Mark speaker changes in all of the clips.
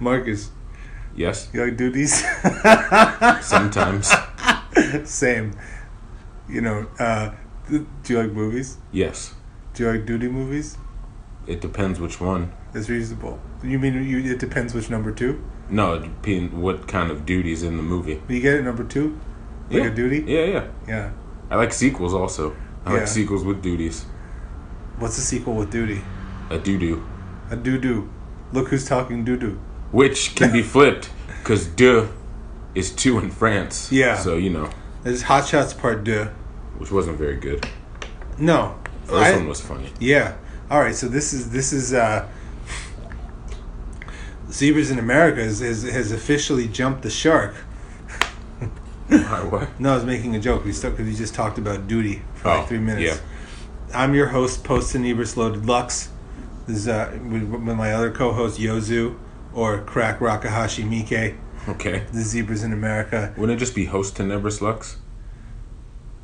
Speaker 1: is
Speaker 2: Yes,
Speaker 1: you like do these?
Speaker 2: sometimes.
Speaker 1: Same. You know, uh, th- do you like movies?
Speaker 2: yes,
Speaker 1: Do you like duty movies?
Speaker 2: it depends which one.
Speaker 1: That's reasonable. You mean you? It depends which number two.
Speaker 2: No, it depends what kind of duties in the movie.
Speaker 1: You get it number two, like
Speaker 2: yeah.
Speaker 1: a duty.
Speaker 2: Yeah, yeah.
Speaker 1: Yeah.
Speaker 2: I like sequels also. I
Speaker 1: Yeah.
Speaker 2: like sequels with duties.
Speaker 1: What's the sequel with duty?
Speaker 2: A doo doo,
Speaker 1: A doo doo. Look who's talking doo doo.
Speaker 2: which can be flipped because deux is two in France.
Speaker 1: Yeah.
Speaker 2: So you know,
Speaker 1: There's Hot Shots Part Deux.
Speaker 2: which wasn't very good.
Speaker 1: No.
Speaker 2: First
Speaker 1: I-
Speaker 2: one was funny.
Speaker 1: Yeah. All right. So this is this is uh, zebras in America has, has has officially jumped the shark.
Speaker 2: Why, what?
Speaker 1: No, I was making a joke. We stuck because we just talked about duty for
Speaker 2: Oh,
Speaker 1: like three minutes. I'm your host, Poston Ebers Loaded Lux. This is uh, with, with my other co-host Yozu or Crack Rakahashi Mike.
Speaker 2: Okay.
Speaker 1: The zebras in America.
Speaker 2: Wouldn't it just be host to Never Slucks?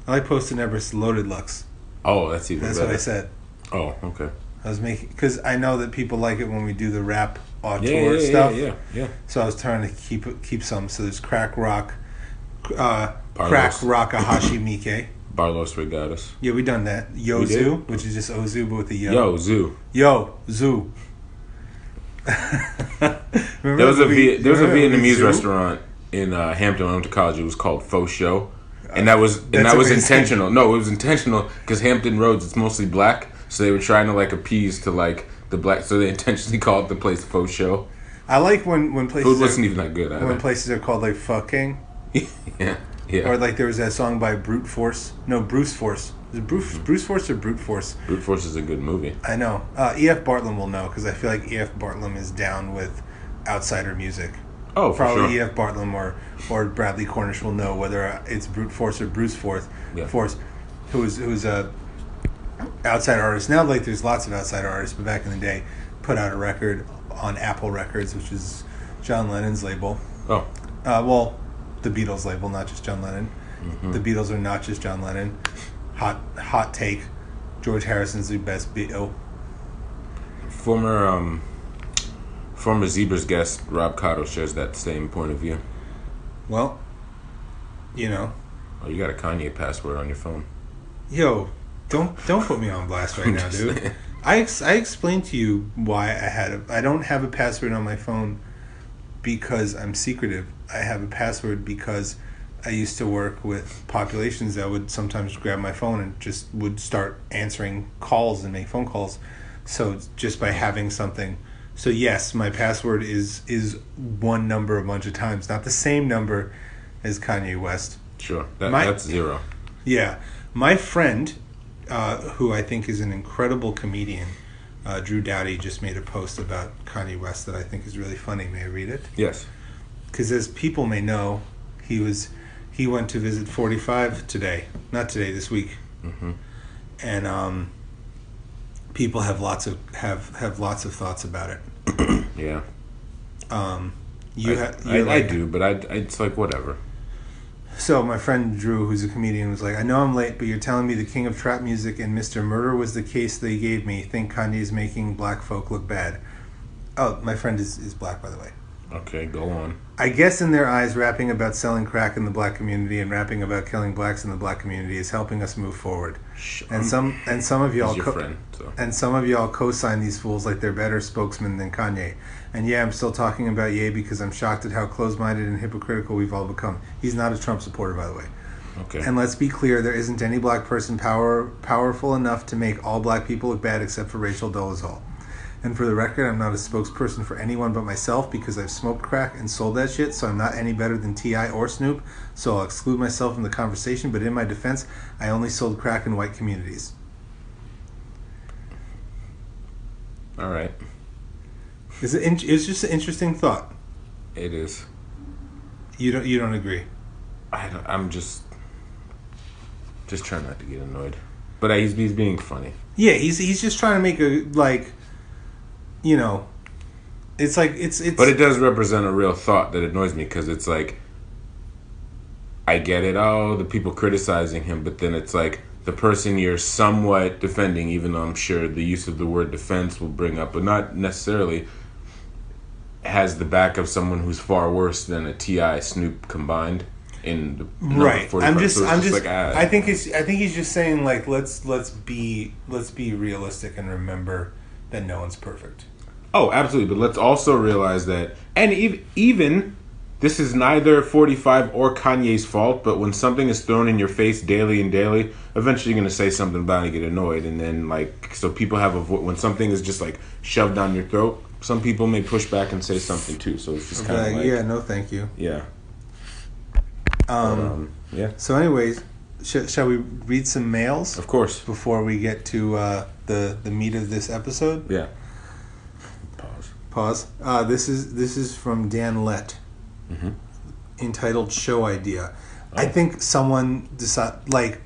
Speaker 1: I like Poston Ebers Loaded Lux.
Speaker 2: Oh, that's even
Speaker 1: That's
Speaker 2: better.
Speaker 1: what I said.
Speaker 2: Oh, okay.
Speaker 1: I was making because I know that people like it when we do the rap auteur
Speaker 2: Yeah, yeah, yeah,
Speaker 1: stuff.
Speaker 2: yeah, yeah.
Speaker 1: So I was trying to keep keep some. So there's crack rock, uh,
Speaker 2: Barlos.
Speaker 1: crack rockahashi mike.
Speaker 2: Barlos Regatas.
Speaker 1: Yeah, we done that.
Speaker 2: We
Speaker 1: Yozu,
Speaker 2: did?
Speaker 1: which is just ozu but with the yo.
Speaker 2: Yo, Zoo.
Speaker 1: Yo, zoo.
Speaker 2: There
Speaker 1: Remember
Speaker 2: was
Speaker 1: the
Speaker 2: a
Speaker 1: movie-
Speaker 2: Viet- there was a
Speaker 1: remember the movie
Speaker 2: Vietnamese
Speaker 1: Zoo?
Speaker 2: restaurant in uh, Hampton when I went to college. It was called Faux Show, and that was and
Speaker 1: That's
Speaker 2: that was
Speaker 1: amazing.
Speaker 2: intentional. No, it was intentional because Hampton Roads it's mostly black, so they were trying to like appease to like the black. So they intentionally called the place Faux Show.
Speaker 1: I like when when
Speaker 2: Food
Speaker 1: places
Speaker 2: wasn't
Speaker 1: are,
Speaker 2: even that good
Speaker 1: when
Speaker 2: either.
Speaker 1: places are called like fucking
Speaker 2: yeah, yeah.
Speaker 1: or like there was that song by Brute Force. No, Bruce Force. Is it Bruce Bruce Force or Brute Force?
Speaker 2: Brute Force is a good movie.
Speaker 1: I know. Uh, E.F. Bartlam will know because I feel like E.F. Bartlam is down with outsider music.
Speaker 2: Oh, for
Speaker 1: Probably
Speaker 2: sure.
Speaker 1: E.F. Bartlam or, or Bradley Cornish will know whether it's Brute Force or Bruce Forth,
Speaker 2: Yeah.
Speaker 1: Force, who is who's a outside artist. Now, like, there's lots of outside artists, but back in the day, put out a record on Apple Records, which is John Lennon's label.
Speaker 2: Oh,
Speaker 1: Uh, well, the Beatles label, not just John Lennon.
Speaker 2: Mm-hmm.
Speaker 1: The Beatles are not just John Lennon. Hot hot take. George Harrison's the best oh, Beatle.
Speaker 2: former um, former Zebras guest Rob Cotto shares that same point of view.
Speaker 1: Well, you know,
Speaker 2: Oh, you got a Kanye password on your phone.
Speaker 1: yo, don't don't put me on blast right now,
Speaker 2: Just
Speaker 1: dude.
Speaker 2: saying.
Speaker 1: I ex- I explained to you why I had a I don't have a password on my phone because I'm secretive. I have a password because I used to work with populations that would sometimes grab my phone and just would start answering calls and make phone calls. So it's just by having something. So yes, my password is is one number a bunch of times, not the same number as Kanye West.
Speaker 2: Sure, that,
Speaker 1: My-
Speaker 2: that's zero.
Speaker 1: Yeah, my friend, uh, who I think is an incredible comedian, uh, Drew Dowdy, just made a post about Kanye West that I think is really funny. May I read it?
Speaker 2: Yes.
Speaker 1: Because as people may know, he was he went to visit Forty Five today, not today, this week,
Speaker 2: Mm-hmm.
Speaker 1: and um, people have lots of have have lots of thoughts about it.
Speaker 2: Yeah.
Speaker 1: Um, you, ha-
Speaker 2: I,
Speaker 1: you're
Speaker 2: I
Speaker 1: like-
Speaker 2: do, but I, I- it's like whatever.
Speaker 1: So my friend Drew, who's a comedian, was like, "I know I'm late, but you're telling me the king of trap music and Mr. Murder was the case they gave me. Think Kanye's making black folk look bad?" Oh, my friend is, is black, by the way.
Speaker 2: Okay, go on.
Speaker 1: I guess in their eyes, rapping about selling crack in the black community and rapping about killing blacks in the black community is helping us move forward.
Speaker 2: Shh,
Speaker 1: And some and some of y'all
Speaker 2: Mm. he's your
Speaker 1: co-
Speaker 2: friend. So
Speaker 1: and some of y'all co-sign these fools like they're better spokesmen than Kanye. And yeah, I'm still talking about Ye because I'm shocked at how close-minded and hypocritical we've all become. He's not a Trump supporter, by the way.
Speaker 2: okay,
Speaker 1: And let's be clear, there isn't any black person power powerful enough to make all black people look bad except for Rachel Dolezal. And for the record, I'm not a spokesperson for anyone but myself because I've smoked crack and sold that shit, so I'm not any better than T.I. or Snoop, so I'll exclude myself from the conversation, but in my defense, I only sold crack in white communities.
Speaker 2: all right,
Speaker 1: It's, an in- it's just an interesting thought.
Speaker 2: it is.
Speaker 1: You don't, you don't agree.
Speaker 2: I don't, I'm just just trying not to get annoyed, but I, he's he's being funny.
Speaker 1: Yeah, he's, he's just trying to make a, like, you know, it's like, it's, it's,
Speaker 2: But it does represent a real thought that annoys me because it's like I get it. Oh, the people criticizing him, but then it's like the person you're somewhat defending, even though I'm sure the use of the word defense will bring up, but not necessarily. has the back of someone who's far worse than a Ti Snoop combined in the number
Speaker 1: right.
Speaker 2: 45.
Speaker 1: I'm just,
Speaker 2: So it's
Speaker 1: I'm just.
Speaker 2: like, ah,
Speaker 1: I think it's. I think he's just saying like let's let's be let's be realistic and remember that no one's perfect.
Speaker 2: Oh, absolutely. But let's also realize that, and ev- even this is neither 45 or Kanye's fault, but when something is thrown in your face daily and daily, eventually you're going to say something about it and get annoyed. And then, like, so people have a vo- when something is just like shoved down your throat, some people may push back and say something too. So it's just kind of
Speaker 1: Like,
Speaker 2: like,
Speaker 1: Uh, yeah, no, thank you.
Speaker 2: yeah.
Speaker 1: Um,
Speaker 2: Um, yeah,
Speaker 1: so, anyways, sh- shall we read some mails
Speaker 2: of course.
Speaker 1: before we get to uh, the the meat of this episode?
Speaker 2: Yeah. Pause.
Speaker 1: Pause. Uh, this is this is from Dan Lett,
Speaker 2: Mhm.
Speaker 1: entitled "Show Idea." I
Speaker 2: Oh.
Speaker 1: think someone decided like.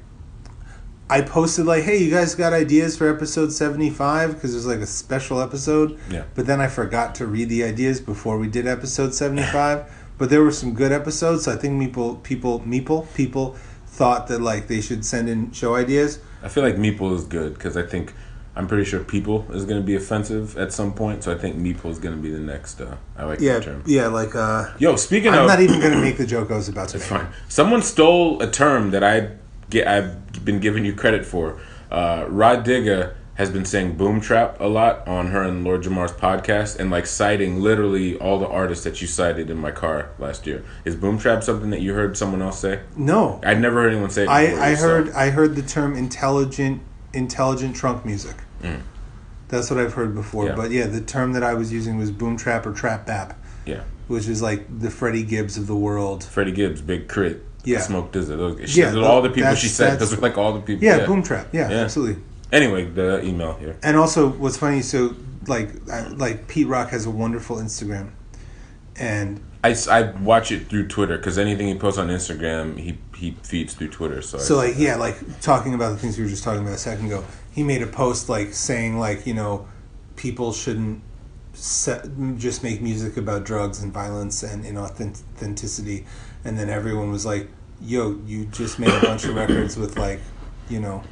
Speaker 1: I posted like, "Hey, you guys got ideas for episode seventy-five? Because there's like a special episode."
Speaker 2: Yeah.
Speaker 1: But then I forgot to read the ideas before we did episode seventy-five. but there were some good episodes, so I think people, people, people, people thought that like they should send in show ideas.
Speaker 2: I feel like Meeple is good because I think I'm pretty sure people is going to be offensive at some point. So I think Meeple is going to be the next. Uh, I like
Speaker 1: Yeah,
Speaker 2: that term.
Speaker 1: yeah. Like, uh,
Speaker 2: Yo, speaking
Speaker 1: I'm
Speaker 2: of,
Speaker 1: not even gonna make the joke I was about to make.
Speaker 2: fine. Someone stole a term that I get. I've been giving you credit for. Uh, Rod Digga has been saying boom trap a lot on her and Lord Jamar's podcast, and like citing literally all the artists that you cited in my car last year. Is boom trap something that you heard someone else say?
Speaker 1: No,
Speaker 2: I'd never heard anyone say. It before,
Speaker 1: I, I
Speaker 2: so-
Speaker 1: heard I heard the term intelligent intelligent trunk music. That's what I've heard before.
Speaker 2: Yeah.
Speaker 1: But Mm. yeah, the term that I was using was boom trap or trap bap,
Speaker 2: Yeah,
Speaker 1: which is like the Freddie Gibbs of the world.
Speaker 2: Freddie Gibbs, Big Crit.
Speaker 1: Yeah.
Speaker 2: Smoke Dizza. Those, she,
Speaker 1: Yeah,
Speaker 2: all the people
Speaker 1: that's-
Speaker 2: she said.
Speaker 1: that's-
Speaker 2: Those are like all the people.
Speaker 1: Yeah, boom trap. Yeah,
Speaker 2: Yeah.
Speaker 1: absolutely.
Speaker 2: Anyway, the email here.
Speaker 1: And also, what's funny? So like I, like Pete Rock has a wonderful Instagram, and
Speaker 2: I, s- I watch it through Twitter because anything he posts on Instagram, he he feeds through Twitter. So, I-
Speaker 1: So like yeah, like talking about the things we were just talking about a second ago. He made a post like saying like you know people shouldn't se- just make music about drugs and violence and inauthenticity, and then everyone was like, "Yo, you just made a bunch of records with like you know."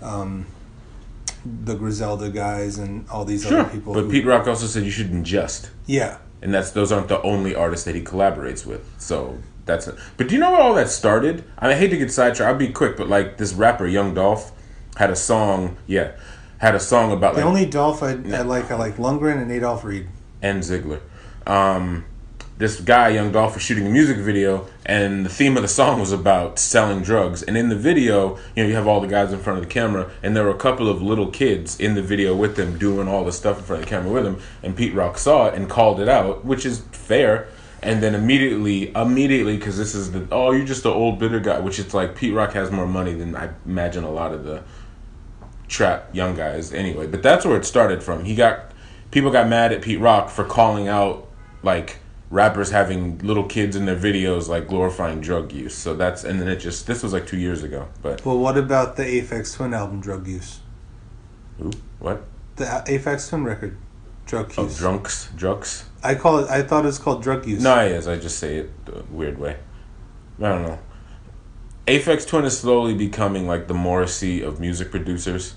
Speaker 1: Um, the Griselda guys and all these
Speaker 2: sure.
Speaker 1: other people.
Speaker 2: But
Speaker 1: who-
Speaker 2: Pete Rock also said you should ingest,
Speaker 1: yeah,
Speaker 2: and that's those aren't the only artists that he collaborates with. So that's. But do you know where all that started? I, mean, I hate to get sidetracked. I'll be quick, but like this rapper Young Dolph had a song. Yeah, had a song about
Speaker 1: the
Speaker 2: like
Speaker 1: only Dolph I, I like, I like Lundgren and Adolf Reed.
Speaker 2: and Ziegler. Um, this guy, Young Dolph, was shooting a music video, and the theme of the song was about selling drugs. And in the video, you know, you have all the guys in front of the camera, and there were a couple of little kids in the video with them doing all the stuff in front of the camera with them. And Pete Rock saw it and called it out, which is fair. And then immediately, immediately, because this is the oh, you're just the old bitter guy, which it's like Pete Rock has more money than I imagine a lot of the trap young guys anyway. But that's where it started from. He got people got mad at Pete Rock for calling out like rappers having little kids in their videos like glorifying drug use. So that's and then it just this was like two years ago. But
Speaker 1: Well, what about the Aphex Twin album, Drug Use?
Speaker 2: ooh, what?
Speaker 1: The Aphex Twin record, drug use.
Speaker 2: Oh, drunks, drugs.
Speaker 1: I call it. I thought it was called drug use.
Speaker 2: No, yes, I just say it the weird way. I don't know. Aphex Twin is slowly becoming like the Morrissey of music producers.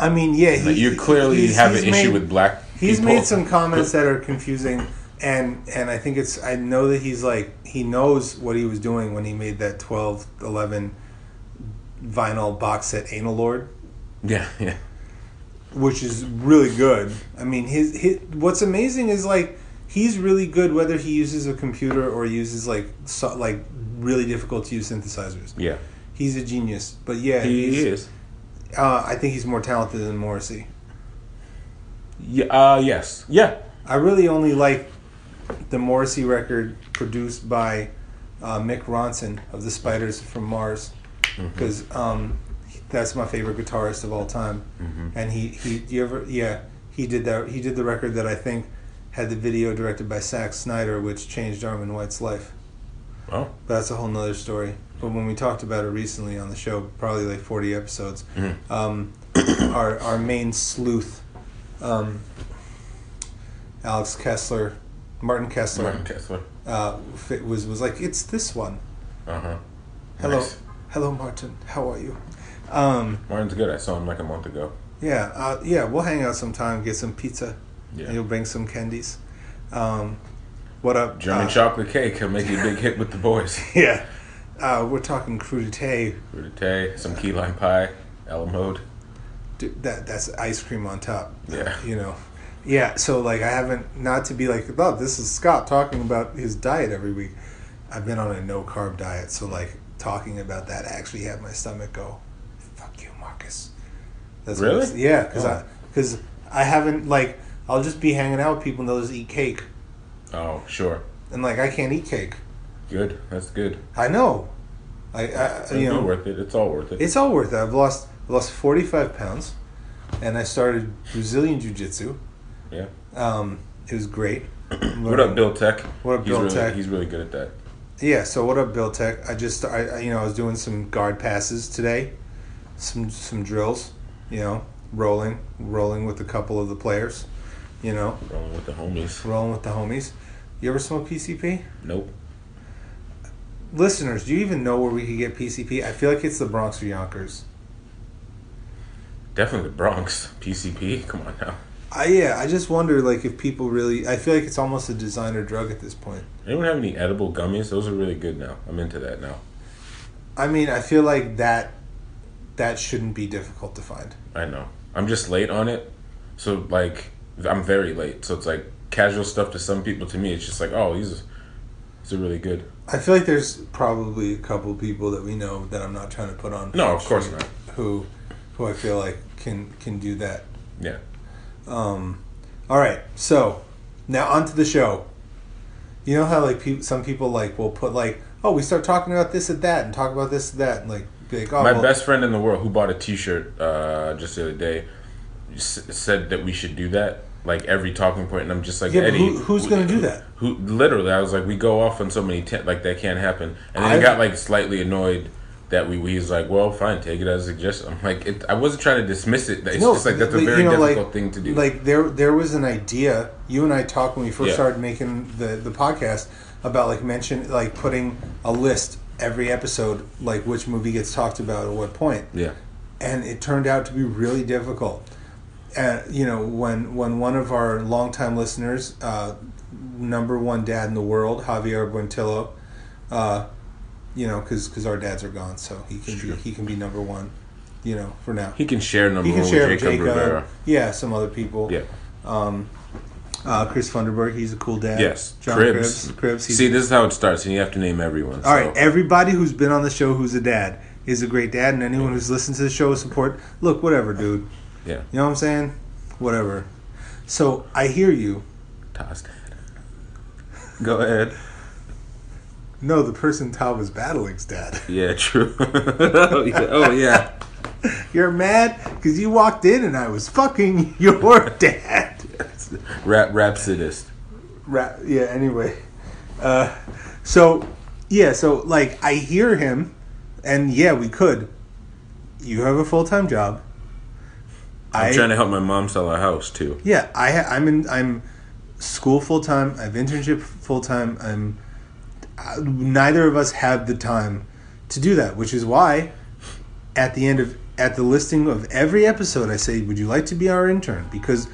Speaker 1: I mean, yeah, he,
Speaker 2: Like, you clearly
Speaker 1: he's-
Speaker 2: have
Speaker 1: he's
Speaker 2: an issue
Speaker 1: made-
Speaker 2: with black.
Speaker 1: He's
Speaker 2: people.
Speaker 1: made some comments that are confusing, and and I think it's. I know that he's like he knows what he was doing when he made that 12, 11 vinyl box set, Anal Lord,
Speaker 2: Yeah, yeah.
Speaker 1: which is really good. I mean, his, his what's amazing is like he's really good whether he uses a computer or uses like so, like really difficult to use synthesizers.
Speaker 2: Yeah.
Speaker 1: He's a genius, but yeah, he's,
Speaker 2: He is.
Speaker 1: Uh, I think he's more talented than Morrissey.
Speaker 2: Yeah, uh, yes. Yeah.
Speaker 1: I really only like the Morrissey record produced by uh, Mick Ronson of the Spiders from Mars
Speaker 2: Mm-hmm.
Speaker 1: because um, that's my favorite guitarist of all time.
Speaker 2: Mm-hmm.
Speaker 1: And he he do you ever yeah he did that he did the record that I think had the video directed by Zack Snyder, which changed Armin White's life.
Speaker 2: Oh.
Speaker 1: But that's a whole nother story. But when we talked about it recently on the show, probably like 40 episodes,
Speaker 2: mm-hmm.
Speaker 1: um, our, our main sleuth, um, Alex Kessler, Martin Kessler,
Speaker 2: Martin Kessler.
Speaker 1: Uh, fi- was, was like, it's this one.
Speaker 2: Uh huh.
Speaker 1: Hello.
Speaker 2: Nice.
Speaker 1: Hello, Martin. How are you? Um,
Speaker 2: Martin's good. I saw him like a month ago.
Speaker 1: yeah, uh, yeah, we'll hang out sometime, get some pizza, and
Speaker 2: Yeah.
Speaker 1: you'll bring some candies. Um, what up?
Speaker 2: German
Speaker 1: uh,
Speaker 2: chocolate cake can make you a big hit with the boys.
Speaker 1: Yeah. Uh, we're talking crudité.
Speaker 2: Crudité, some key lime pie, Alamo. mode.
Speaker 1: D- That that's ice cream on top.
Speaker 2: Yeah.
Speaker 1: You know. Yeah. So like, I haven't not to be like, oh, this is Scott talking about his diet every week. I've been on a no carb diet, so like talking about that actually had my stomach go, "Fuck you, Marcus." That's what
Speaker 2: Really?
Speaker 1: it's- yeah, because
Speaker 2: Oh.
Speaker 1: I because I haven't like I'll just be hanging out with people and they'll just eat cake
Speaker 2: Oh, sure.
Speaker 1: and like I can't eat cake.
Speaker 2: Good. That's good.
Speaker 1: I know. I, I
Speaker 2: It's
Speaker 1: Uh, you know
Speaker 2: worth it. It's all worth it.
Speaker 1: it's all worth it. I've lost I've lost forty five pounds, and I started Brazilian jiu jitsu.
Speaker 2: yeah.
Speaker 1: Um, it was great.
Speaker 2: What up, Bill Tech?
Speaker 1: What up,
Speaker 2: he's
Speaker 1: Bill
Speaker 2: really,
Speaker 1: Tech?
Speaker 2: He's really good at that.
Speaker 1: Yeah. So what up, Bill Tech? I just I I- you know I was doing some guard passes today, some some drills, you know, rolling rolling with a couple of the players, you know,
Speaker 2: Rolling with the homies.
Speaker 1: rolling with the homies. You ever smoke PCP?
Speaker 2: Nope.
Speaker 1: Listeners, do you even know where we could get PCP? I feel like it's the Bronx or Yonkers.
Speaker 2: Definitely the Bronx. PCP. Come on now.
Speaker 1: I, yeah, I just wonder like if people really. I feel like it's almost a designer drug at this point.
Speaker 2: Anyone have any edible gummies? Those are really good now. I'm into that now.
Speaker 1: I mean, I feel like that that shouldn't be difficult to find.
Speaker 2: I know. I'm just late on it. So like I'm very late. So it's like casual stuff to some people to me it's just like, "Oh, these these are really good."
Speaker 1: I feel like there's probably a couple people that we know that I'm not trying to put on.
Speaker 2: No, of course not.
Speaker 1: Who, who I feel like can can do that.
Speaker 2: Yeah.
Speaker 1: Um, all right, so now onto the show. You know how like peop some people like will put like, oh, we start talking about this and that, and talk about this and that, and like be like, oh,
Speaker 2: My
Speaker 1: well,
Speaker 2: best friend in the world who bought a T-shirt uh, just the other day s- said that we should do that, like every talking point, and I'm just like,
Speaker 1: Yeah, but
Speaker 2: Eddie,
Speaker 1: who- who's gonna do that?"
Speaker 2: Who literally? I was like, we go off on so many ten- like that can't happen, and then
Speaker 1: I've-
Speaker 2: he got like slightly annoyed. That we, he's like, well, fine, take it as a suggestion. I'm like, it, I wasn't trying to dismiss it. It's just like that's a
Speaker 1: but,
Speaker 2: very
Speaker 1: you know,
Speaker 2: difficult
Speaker 1: like-
Speaker 2: thing to do.
Speaker 1: Like there, there was an idea. You and I talked when we first
Speaker 2: Yeah.
Speaker 1: started making the the podcast about like mention like putting a list every episode, like which movie gets talked about at what point,
Speaker 2: yeah,
Speaker 1: and it turned out to be really difficult. And you know, when when one of our longtime listeners, uh, number one dad in the world, Javier Buentillo, uh, you know, because our dads are gone, so he can
Speaker 2: Sure.
Speaker 1: be, he can be number one, you know, for now.
Speaker 2: he can share number
Speaker 1: You can
Speaker 2: one
Speaker 1: share
Speaker 2: with
Speaker 1: Jacob,
Speaker 2: Jacob, Rivera.
Speaker 1: Yeah, some other people.
Speaker 2: Yeah.
Speaker 1: Uh, Chris Funderburg, he's a cool dad.
Speaker 2: Yes.
Speaker 1: John
Speaker 2: Cribs.
Speaker 1: Cribs. Cribs. he's-
Speaker 2: See, this is how it starts, and you have to name everyone.
Speaker 1: All right, everybody who's been on the show who's a dad is a great dad, and anyone who's listened to the show with support, look, whatever, dude.
Speaker 2: Yeah.
Speaker 1: You know what I'm saying? Whatever. So I hear you.
Speaker 2: Toss. Go ahead.
Speaker 1: No, the person Tom is battling's dad.
Speaker 2: Yeah, true. oh, yeah. oh, yeah.
Speaker 1: You're mad because you walked in and I was fucking your dad.
Speaker 2: Rap rhapsodist.
Speaker 1: Ra- yeah anyway uh, so yeah so like i hear him and yeah we could you have a full-time job
Speaker 2: I'm trying to help my mom sell a house too.
Speaker 1: yeah i ha- i'm in i'm school full-time i've internship full-time i'm uh, neither of us have the time to do that which is why at the end of at the listing of every episode i say would you like to be our intern because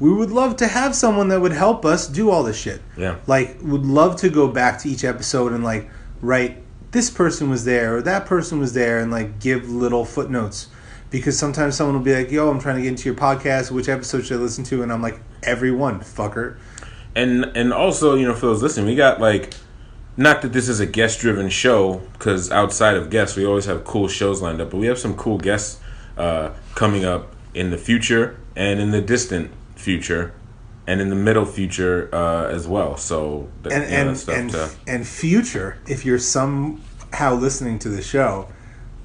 Speaker 1: we would love to have someone that would help us do all this shit
Speaker 2: Yeah.
Speaker 1: like would love to go back to each episode and like write this person was there or that person was there and like give little footnotes because sometimes someone will be like yo i'm trying to get into your podcast which episode should i listen to and i'm like everyone fucker
Speaker 2: And and also, you know, for those listening, we got like not that this is a guest driven show cuz outside of guests, we always have cool shows lined up, but we have some cool guests uh, coming up in the future and in the distant future and in the middle future uh, as well. So that,
Speaker 1: and
Speaker 2: you know, that
Speaker 1: and
Speaker 2: stuff uh,
Speaker 1: and,
Speaker 2: to-
Speaker 1: and future if you're somehow listening to the show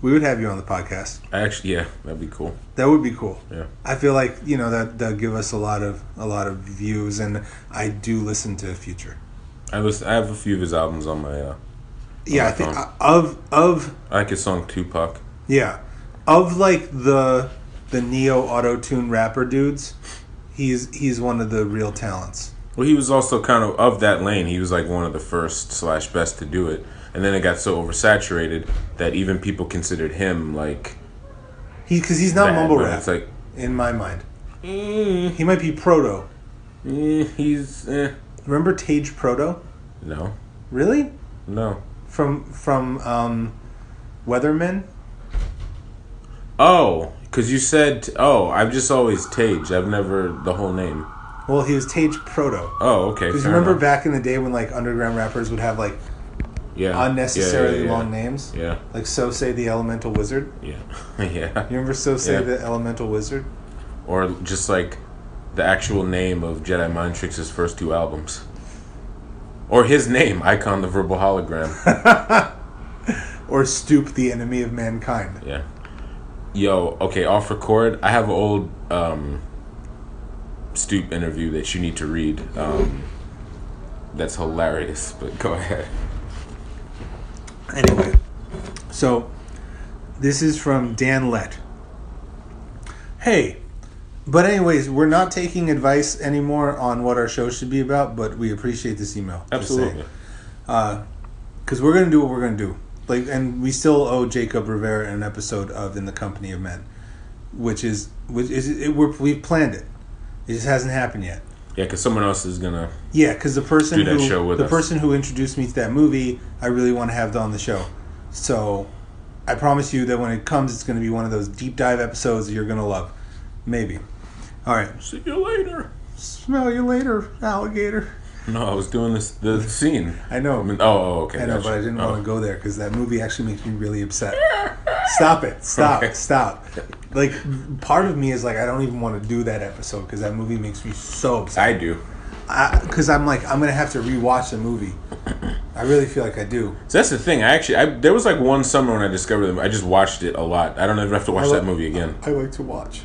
Speaker 1: we would have you on the podcast
Speaker 2: I actually yeah, that'd be cool.
Speaker 1: that would be cool
Speaker 2: Yeah.
Speaker 1: i feel like you know that that give us a lot of a lot of views and i do listen to future
Speaker 2: I listen, I have a few of his albums on my uh,
Speaker 1: yeah i think uh, of of
Speaker 2: I like his song Tupac.
Speaker 1: Yeah, of like the the neo auto tune rapper dudes, he's he's one of the real talents.
Speaker 2: Well, he was also kind of of that lane. He was like one of the first slash best to do it, and then it got so oversaturated that even people considered him like
Speaker 1: He because he's not
Speaker 2: bad,
Speaker 1: mumble
Speaker 2: but
Speaker 1: rap
Speaker 2: It's like
Speaker 1: in my mind.
Speaker 2: mm,
Speaker 1: He might be proto.
Speaker 2: mm, he's eh.
Speaker 1: Remember Tage Proto?
Speaker 2: No,
Speaker 1: Really?
Speaker 2: no.
Speaker 1: From from um, Weathermen?
Speaker 2: Oh, because you said oh. I've just always Tage. I've never the whole name.
Speaker 1: Well, he was Tage Proto.
Speaker 2: Oh, okay.
Speaker 1: Because
Speaker 2: fair
Speaker 1: remember
Speaker 2: enough.
Speaker 1: back in the day when like underground rappers would have like
Speaker 2: yeah. Yeah,
Speaker 1: unnecessarily
Speaker 2: yeah, yeah,
Speaker 1: long names,
Speaker 2: Yeah,
Speaker 1: like So Say the Elemental Wizard.
Speaker 2: yeah, yeah.
Speaker 1: You remember So Say
Speaker 2: Yeah.
Speaker 1: the Elemental Wizard?
Speaker 2: Or just like the actual name of Jedi Mind Trick's first two albums, or his name, Icon the Verbal Hologram.
Speaker 1: Or Stoop the Enemy of Mankind?
Speaker 2: Yeah. Yo, okay, off record. I have an old um, Stoop interview that you need to read. Um, that's hilarious, but go ahead.
Speaker 1: Anyway, so this is from Dan Lett. Hey, but anyways, we're not taking advice anymore on what our show should be about, but we appreciate this email. Because we're gonna do what we're gonna do. Like, and we still owe Jacob Rivera an episode of In the Company of Men, which is which is it, we're, we've planned it. It just hasn't happened yet.
Speaker 2: Yeah, because someone else is gonna.
Speaker 1: Yeah, because the person
Speaker 2: Do that
Speaker 1: who
Speaker 2: show with
Speaker 1: the
Speaker 2: us.
Speaker 1: person who introduced me to that movie, I really want to have on the show. So, I promise you that when it comes, it's going to be one of those deep dive episodes that you're going to love. Maybe. All right.
Speaker 2: See you later.
Speaker 1: Smell you later, alligator.
Speaker 2: No, I was doing this the scene.
Speaker 1: I know.
Speaker 2: I mean, oh, oh, okay.
Speaker 1: I know,
Speaker 2: gotcha.
Speaker 1: but I didn't
Speaker 2: Oh.
Speaker 1: want to go there because that movie actually makes me really upset. stop it! Stop!
Speaker 2: Okay.
Speaker 1: Stop! Like, part of me is like, I don't even want to do that episode because that movie makes me so upset.
Speaker 2: I do.
Speaker 1: Because I'm like, I'm gonna have to rewatch the movie. I really feel like I do.
Speaker 2: So that's the thing. I actually, I, there was like one summer when I discovered them. I just watched it a lot. I don't ever have to watch
Speaker 1: lo-
Speaker 2: that movie again.
Speaker 1: I like to watch.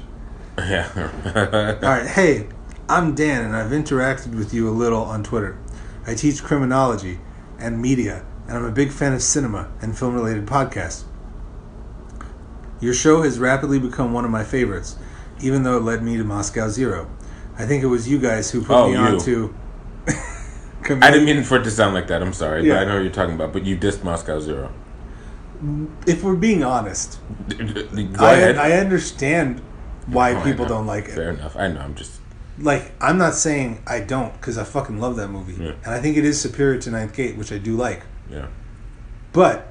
Speaker 2: Yeah.
Speaker 1: All right, hey, I'm Dan, and I've interacted with you a little on Twitter. I teach criminology and media, and I'm a big fan of cinema and film related podcasts. Your show has rapidly become one of my favorites, even though it led me to Moscow Zero. I think it was you guys who put
Speaker 2: Oh,
Speaker 1: me
Speaker 2: you.
Speaker 1: on to.
Speaker 2: I didn't mean for it to sound like that. I'm sorry,
Speaker 1: Yeah.
Speaker 2: but I know what you're talking about. But you dissed Moscow Zero.
Speaker 1: if we're being honest,
Speaker 2: Go
Speaker 1: I,
Speaker 2: ahead.
Speaker 1: I understand why
Speaker 2: Oh, I
Speaker 1: people
Speaker 2: know.
Speaker 1: don't like it.
Speaker 2: Fair enough. I know. I'm just.
Speaker 1: like I'm not saying I don't because I fucking love that movie
Speaker 2: Yeah.
Speaker 1: and I think it is superior to Ninth Gate, which I do like.
Speaker 2: Yeah.
Speaker 1: But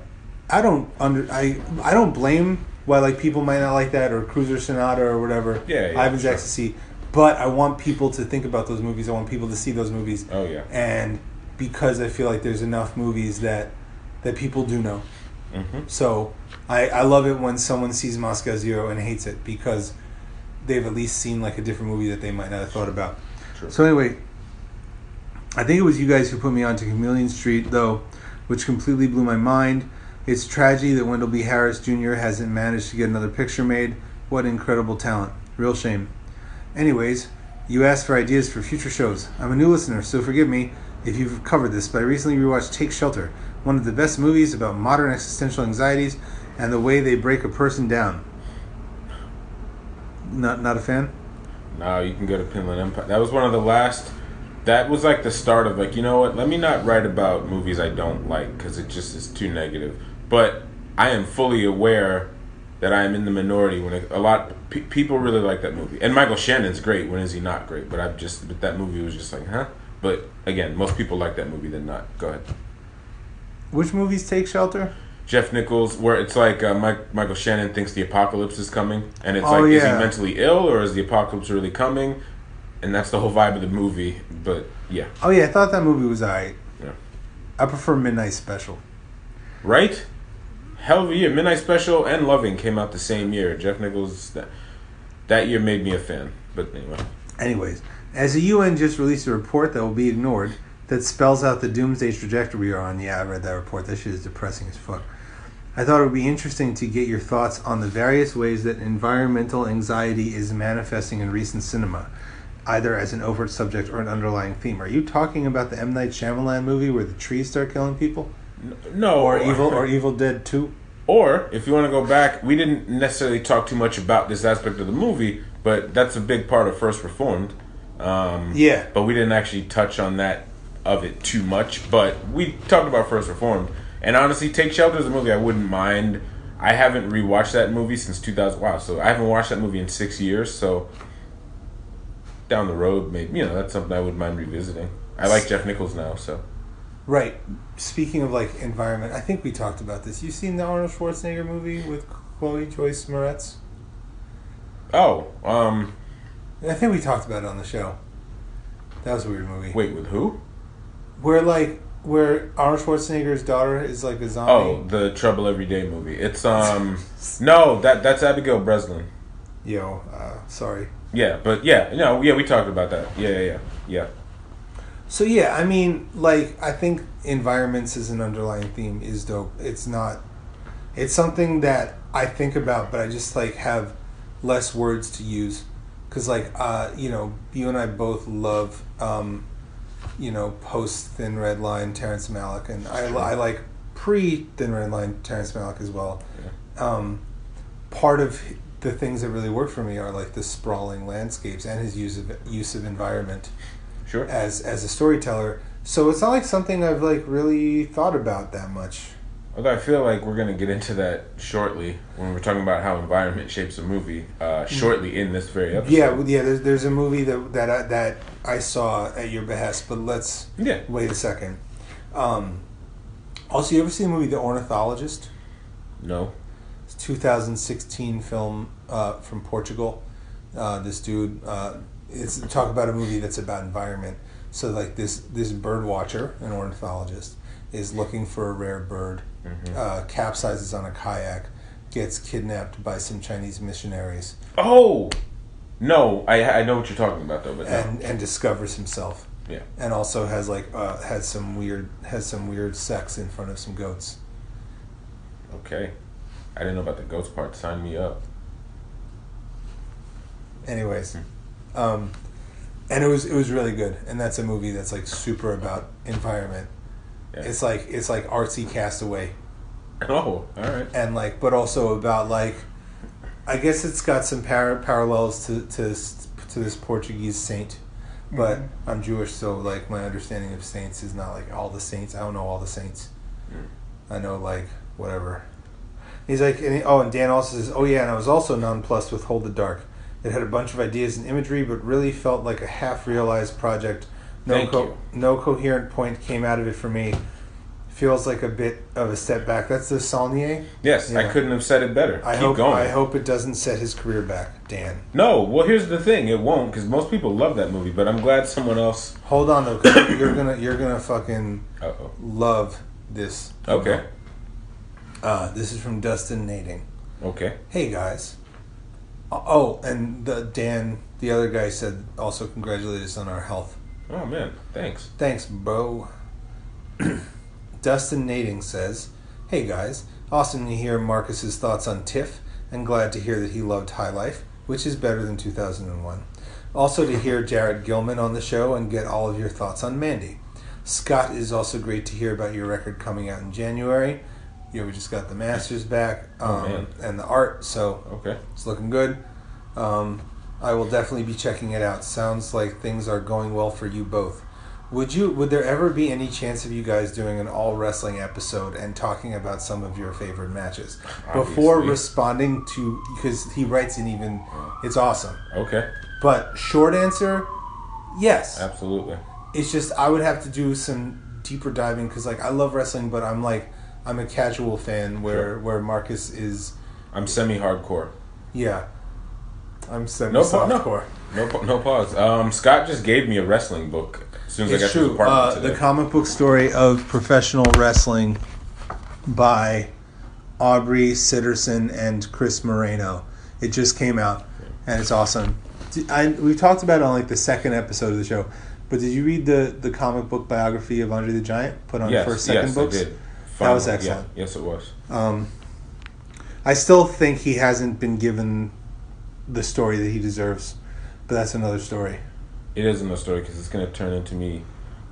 Speaker 1: I don't under I I don't blame why like people might not like that or Cruiser Sonata or whatever.
Speaker 2: Yeah, yeah,
Speaker 1: Ivan's
Speaker 2: sure.
Speaker 1: Ecstasy. But I want people to think about those movies. I want people to see those movies.
Speaker 2: Oh yeah.
Speaker 1: And because I feel like there's enough movies that that people do know.
Speaker 2: Mhm.
Speaker 1: So I I love it when someone sees Moscow Zero and hates it because they've at least seen like a different movie that they might not have thought about.
Speaker 2: True.
Speaker 1: So anyway, I think it was you guys who put me onto Chameleon Street, though, which completely blew my mind. It's tragedy that Wendell B. Harris Jr. hasn't managed to get another picture made. What incredible talent. Real shame. Anyways, you asked for ideas for future shows. I'm a new listener, so forgive me if you've covered this, but I recently rewatched Take Shelter, one of the best movies about modern existential anxieties and the way they break a person down. Not, not a fan?
Speaker 2: Now you can go to Pinland Empire. That was one of the last. That was like the start of like you know what? Let me not write about movies I don't like because it just is too negative. But I am fully aware that I am in the minority when it, a lot pe- people really like that movie. And Michael Shannon's great. When is he not great? But I've just but that movie was just like huh. But again, most people like that movie than not. Go ahead.
Speaker 1: Which movies take shelter?
Speaker 2: Jeff Nichols, where it's like uh, Mike, Michael Shannon thinks the apocalypse is coming, and it's
Speaker 1: Oh,
Speaker 2: like, is he
Speaker 1: yeah.
Speaker 2: mentally ill or is the apocalypse really coming? And that's the whole vibe of the movie. But yeah,
Speaker 1: Oh yeah, I thought that movie was alright.
Speaker 2: Yeah.
Speaker 1: I prefer Midnight Special.
Speaker 2: right? Hell of a year. Midnight Special and Loving came out the same year. Jeff Nichols, that, that year made me a fan. But anyway,
Speaker 1: Anyways, as the UN just released a report that will be ignored that spells out the doomsday trajectory we are on. Yeah, I read that report. That shit is depressing as fuck. I thought it would be interesting to get your thoughts on the various ways that environmental anxiety is manifesting in recent cinema, either as an overt subject or an underlying theme. Are you talking about the M Night Shyamalan movie where the trees start killing people,
Speaker 2: no,
Speaker 1: or Evil or E- Evil Dead Two?
Speaker 2: Or if you want to go back, we didn't necessarily talk too much about this aspect of the movie, but that's a big part of First Reformed. Um,
Speaker 1: Yeah.
Speaker 2: but we didn't actually touch on that of it too much. But we talked about First Reformed, and honestly, Take Shelter is a movie I wouldn't mind. I haven't rewatched that movie since 2000. Wow, so I haven't watched that movie in six years. So down the road, maybe you know that's something I would mind revisiting. I I like Jeff Nichols now, so
Speaker 1: Right. Speaking of like environment, I think we talked about this. You seen the Arnold Schwarzenegger movie with Chloe Joyce Moretz?
Speaker 2: oh, um,
Speaker 1: I think we talked about it on the show. That was a weird movie.
Speaker 2: wait, with who?
Speaker 1: Where like where Arnold Schwarzenegger's daughter is like a
Speaker 2: Oh,
Speaker 1: zombie.
Speaker 2: the Trouble Every Day movie. It's um, no, that that's Abigail Breslin.
Speaker 1: Yo, uh, sorry.
Speaker 2: Yeah, but yeah, no, yeah, we talked about that. Yeah, yeah, yeah, yeah.
Speaker 1: So yeah, I mean, like I think environments as an underlying theme is dope. It's not. It's something that I think about, but I just like have less words to use, because like uh, you know, you and I both love, um, you know, post Thin Red Line Terrence Malick, and I, I like pre Thin Red Line Terrence Malick as well. Um, part of the things that really work for me are like the sprawling landscapes and his use of use of environment
Speaker 2: Sure.
Speaker 1: as as a storyteller. So it's not like something I've like really thought about that much.
Speaker 2: Although I feel like we're gonna get into that shortly when we're talking about how environment shapes a movie. Uh, shortly in this very episode.
Speaker 1: Mm-hmm. Yeah, well, yeah. There's there's a movie that that I, that I saw at your behest, but let's
Speaker 2: Yeah.
Speaker 1: wait a second. Um, also, you ever seen the movie The Ornithologist?
Speaker 2: No.
Speaker 1: It's a 2016 film uh, from Portugal. Uh, this dude, uh, it's talk about a movie that's about environment. So like this this bird watcher, an ornithologist, is looking for a rare bird, uh, capsizes on a kayak, gets kidnapped by some Chinese missionaries,
Speaker 2: Oh. No, I I know what you're talking about though, but no.
Speaker 1: and and discovers himself.
Speaker 2: yeah.
Speaker 1: And also has like uh, has some weird has some weird sex in front of some goats.
Speaker 2: Okay. I didn't know about the ghost part. Sign me up.
Speaker 1: anyways um and it was it was really good and that's a movie that's like super about environment
Speaker 2: Yeah.
Speaker 1: it's like it's like artsy castaway
Speaker 2: Oh, all right.
Speaker 1: and like but also about like i guess it's got some par- parallels to to s- to this portuguese saint but i'm jewish so like my understanding of saints is not like all the saints i don't know all the saints i know like whatever he's like and he- oh and dan also says oh yeah and i was also nonplussed with hold the dark it had a bunch of ideas and imagery but really felt like a half realized project no
Speaker 2: Thank
Speaker 1: co- no coherent point came out of it for me feels like a bit of a step back that's the saulnier
Speaker 2: Yes, I
Speaker 1: Yeah.
Speaker 2: couldn't have said it better.
Speaker 1: I
Speaker 2: Keep
Speaker 1: hope
Speaker 2: going.
Speaker 1: I hope it doesn't set his career back, Dan.
Speaker 2: No, well, here's the thing. It won't because most people love that movie, but I'm glad someone else.
Speaker 1: Hold on though, 'cause you're gonna you're gonna fucking
Speaker 2: Uh oh.
Speaker 1: love this.
Speaker 2: Okay.
Speaker 1: Uh, this is from Dustin Nading.
Speaker 2: Okay.
Speaker 1: Hey guys. Oh, and the Dan, the other guy said also congratulated us on our health.
Speaker 2: Oh man, thanks.
Speaker 1: Thanks, bro. Dustin Nading says, Hey guys, awesome to hear Marcus's thoughts on TIFF, and glad to hear that he loved High Life, which is better than 2001. Also to hear Jared Gilman on the show and get all of your thoughts on Mandy. Scott it is also great to hear about your record coming out in January. You know, we just got the masters back um,
Speaker 2: man.
Speaker 1: and the art, so
Speaker 2: Okay.
Speaker 1: it's looking good. Um, I will definitely be checking it out. Sounds like things are going well for you both. Would you? Would there ever be any chance of you guys doing an all wrestling episode and talking about some of your favorite matches before
Speaker 2: Obviously.
Speaker 1: responding to? Because he writes an even, it's awesome.
Speaker 2: Okay.
Speaker 1: But short answer, yes.
Speaker 2: Absolutely.
Speaker 1: It's just I would have to do some deeper diving because like I love wrestling, but I'm like I'm a casual fan where where Marcus is
Speaker 2: I'm semi-hardcore.
Speaker 1: yeah. I'm semi
Speaker 2: No, pa-
Speaker 1: softcore.
Speaker 2: no, no, pa- no pause. Um, Scott just gave me a wrestling book as soon as I got
Speaker 1: It's
Speaker 2: to his
Speaker 1: true.
Speaker 2: apartment
Speaker 1: Uh,
Speaker 2: today.
Speaker 1: the comic book story of professional wrestling by Aubrey Sitterson and Chris Moreno. It just came out, and it's awesome. D- I, we've talked about it on like the second episode of the show, but did you read the the comic book biography of Andre the Giant put on
Speaker 2: yes,
Speaker 1: first second
Speaker 2: yes,
Speaker 1: books?
Speaker 2: I did.
Speaker 1: That was
Speaker 2: Finally, yeah.
Speaker 1: excellent.
Speaker 2: Yes, it was.
Speaker 1: I still think he hasn't been given the story that he deserves, but that's another story.
Speaker 2: It is another story because it's going to turn into me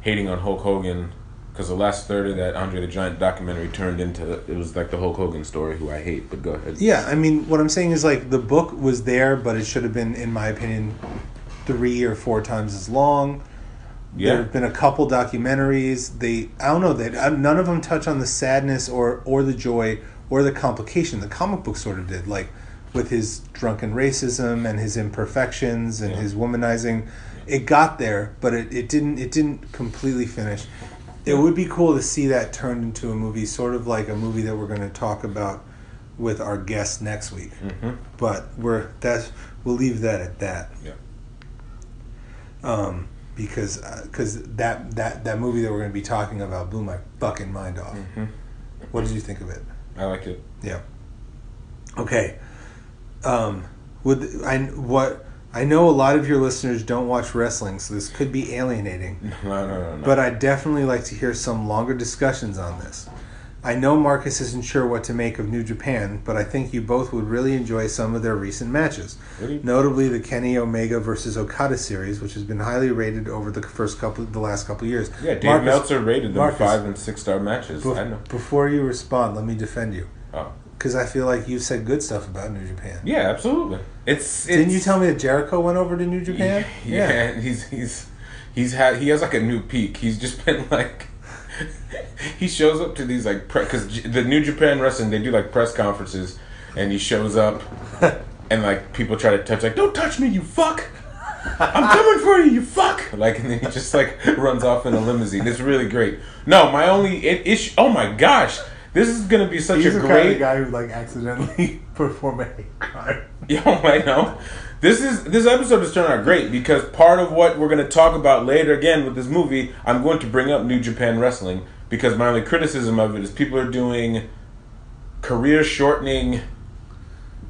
Speaker 2: hating on Hulk Hogan because the last third of that Andre the Giant documentary turned into it was like the Hulk Hogan story, who I hate. But go ahead.
Speaker 1: Yeah, I mean, what I'm saying is like the book was there, but it should have been, in my opinion, three or four times as long. There
Speaker 2: yeah.
Speaker 1: have been a couple documentaries. They, I don't know, they uh, none of them touch on the sadness or or the joy or the complication. The comic book sort of did. Like with his drunken racism and his imperfections and his womanizing. It got there, but it, it didn't it didn't completely finish. It would be cool to see that turned into a movie, sort of like a movie that we're going to talk about with our guest next week.
Speaker 2: Mm-hmm,
Speaker 1: But we're that's we'll leave that at that.
Speaker 2: Yeah.
Speaker 1: Um, because because that that that movie that we're going to be talking about blew my fucking mind off.
Speaker 2: Mm-hmm.
Speaker 1: What did you think of it?
Speaker 2: I liked it.
Speaker 1: Yeah. Okay. Um, would I what I know a lot of your listeners don't watch wrestling, so this could be alienating.
Speaker 2: No, no, no, no.
Speaker 1: But I'd definitely like to hear some longer discussions on this. I know Marcus isn't sure what to make of New Japan, but I think you both would really enjoy some of their recent matches,
Speaker 2: What do you-
Speaker 1: notably the Kenny Omega versus Okada series, which has been highly rated over the first couple, the last couple of years.
Speaker 2: yeah, Dave
Speaker 1: Marcus,
Speaker 2: Meltzer rated them
Speaker 1: Marcus.
Speaker 2: five and six star matches.
Speaker 1: bef-
Speaker 2: I know.
Speaker 1: Before you respond, let me defend you
Speaker 2: Oh.
Speaker 1: because I feel like you've said good stuff about New Japan.
Speaker 2: Yeah, absolutely. It's, it's
Speaker 1: Didn't you tell me that Jericho went over to New Japan?
Speaker 2: Yeah, and he's he's he's had he has like a new peak. He's just been like he shows up to these like because the New Japan Wrestling they do like press conferences, and he shows up and like people try to touch like don't touch me you fuck. I'm coming for you, you fuck! Like, and then he just like runs off in a limousine. It's really great. No, my only it, issue. Oh my gosh, this is gonna be such
Speaker 1: He's the
Speaker 2: a great.
Speaker 1: kind of guy who like accidentally perform a hate crime.
Speaker 2: Yo, I know. This is this episode is turning out great because part of what we're going to talk about later again with this movie, I'm going to bring up New Japan Wrestling because my only criticism of it is people are doing career shortening,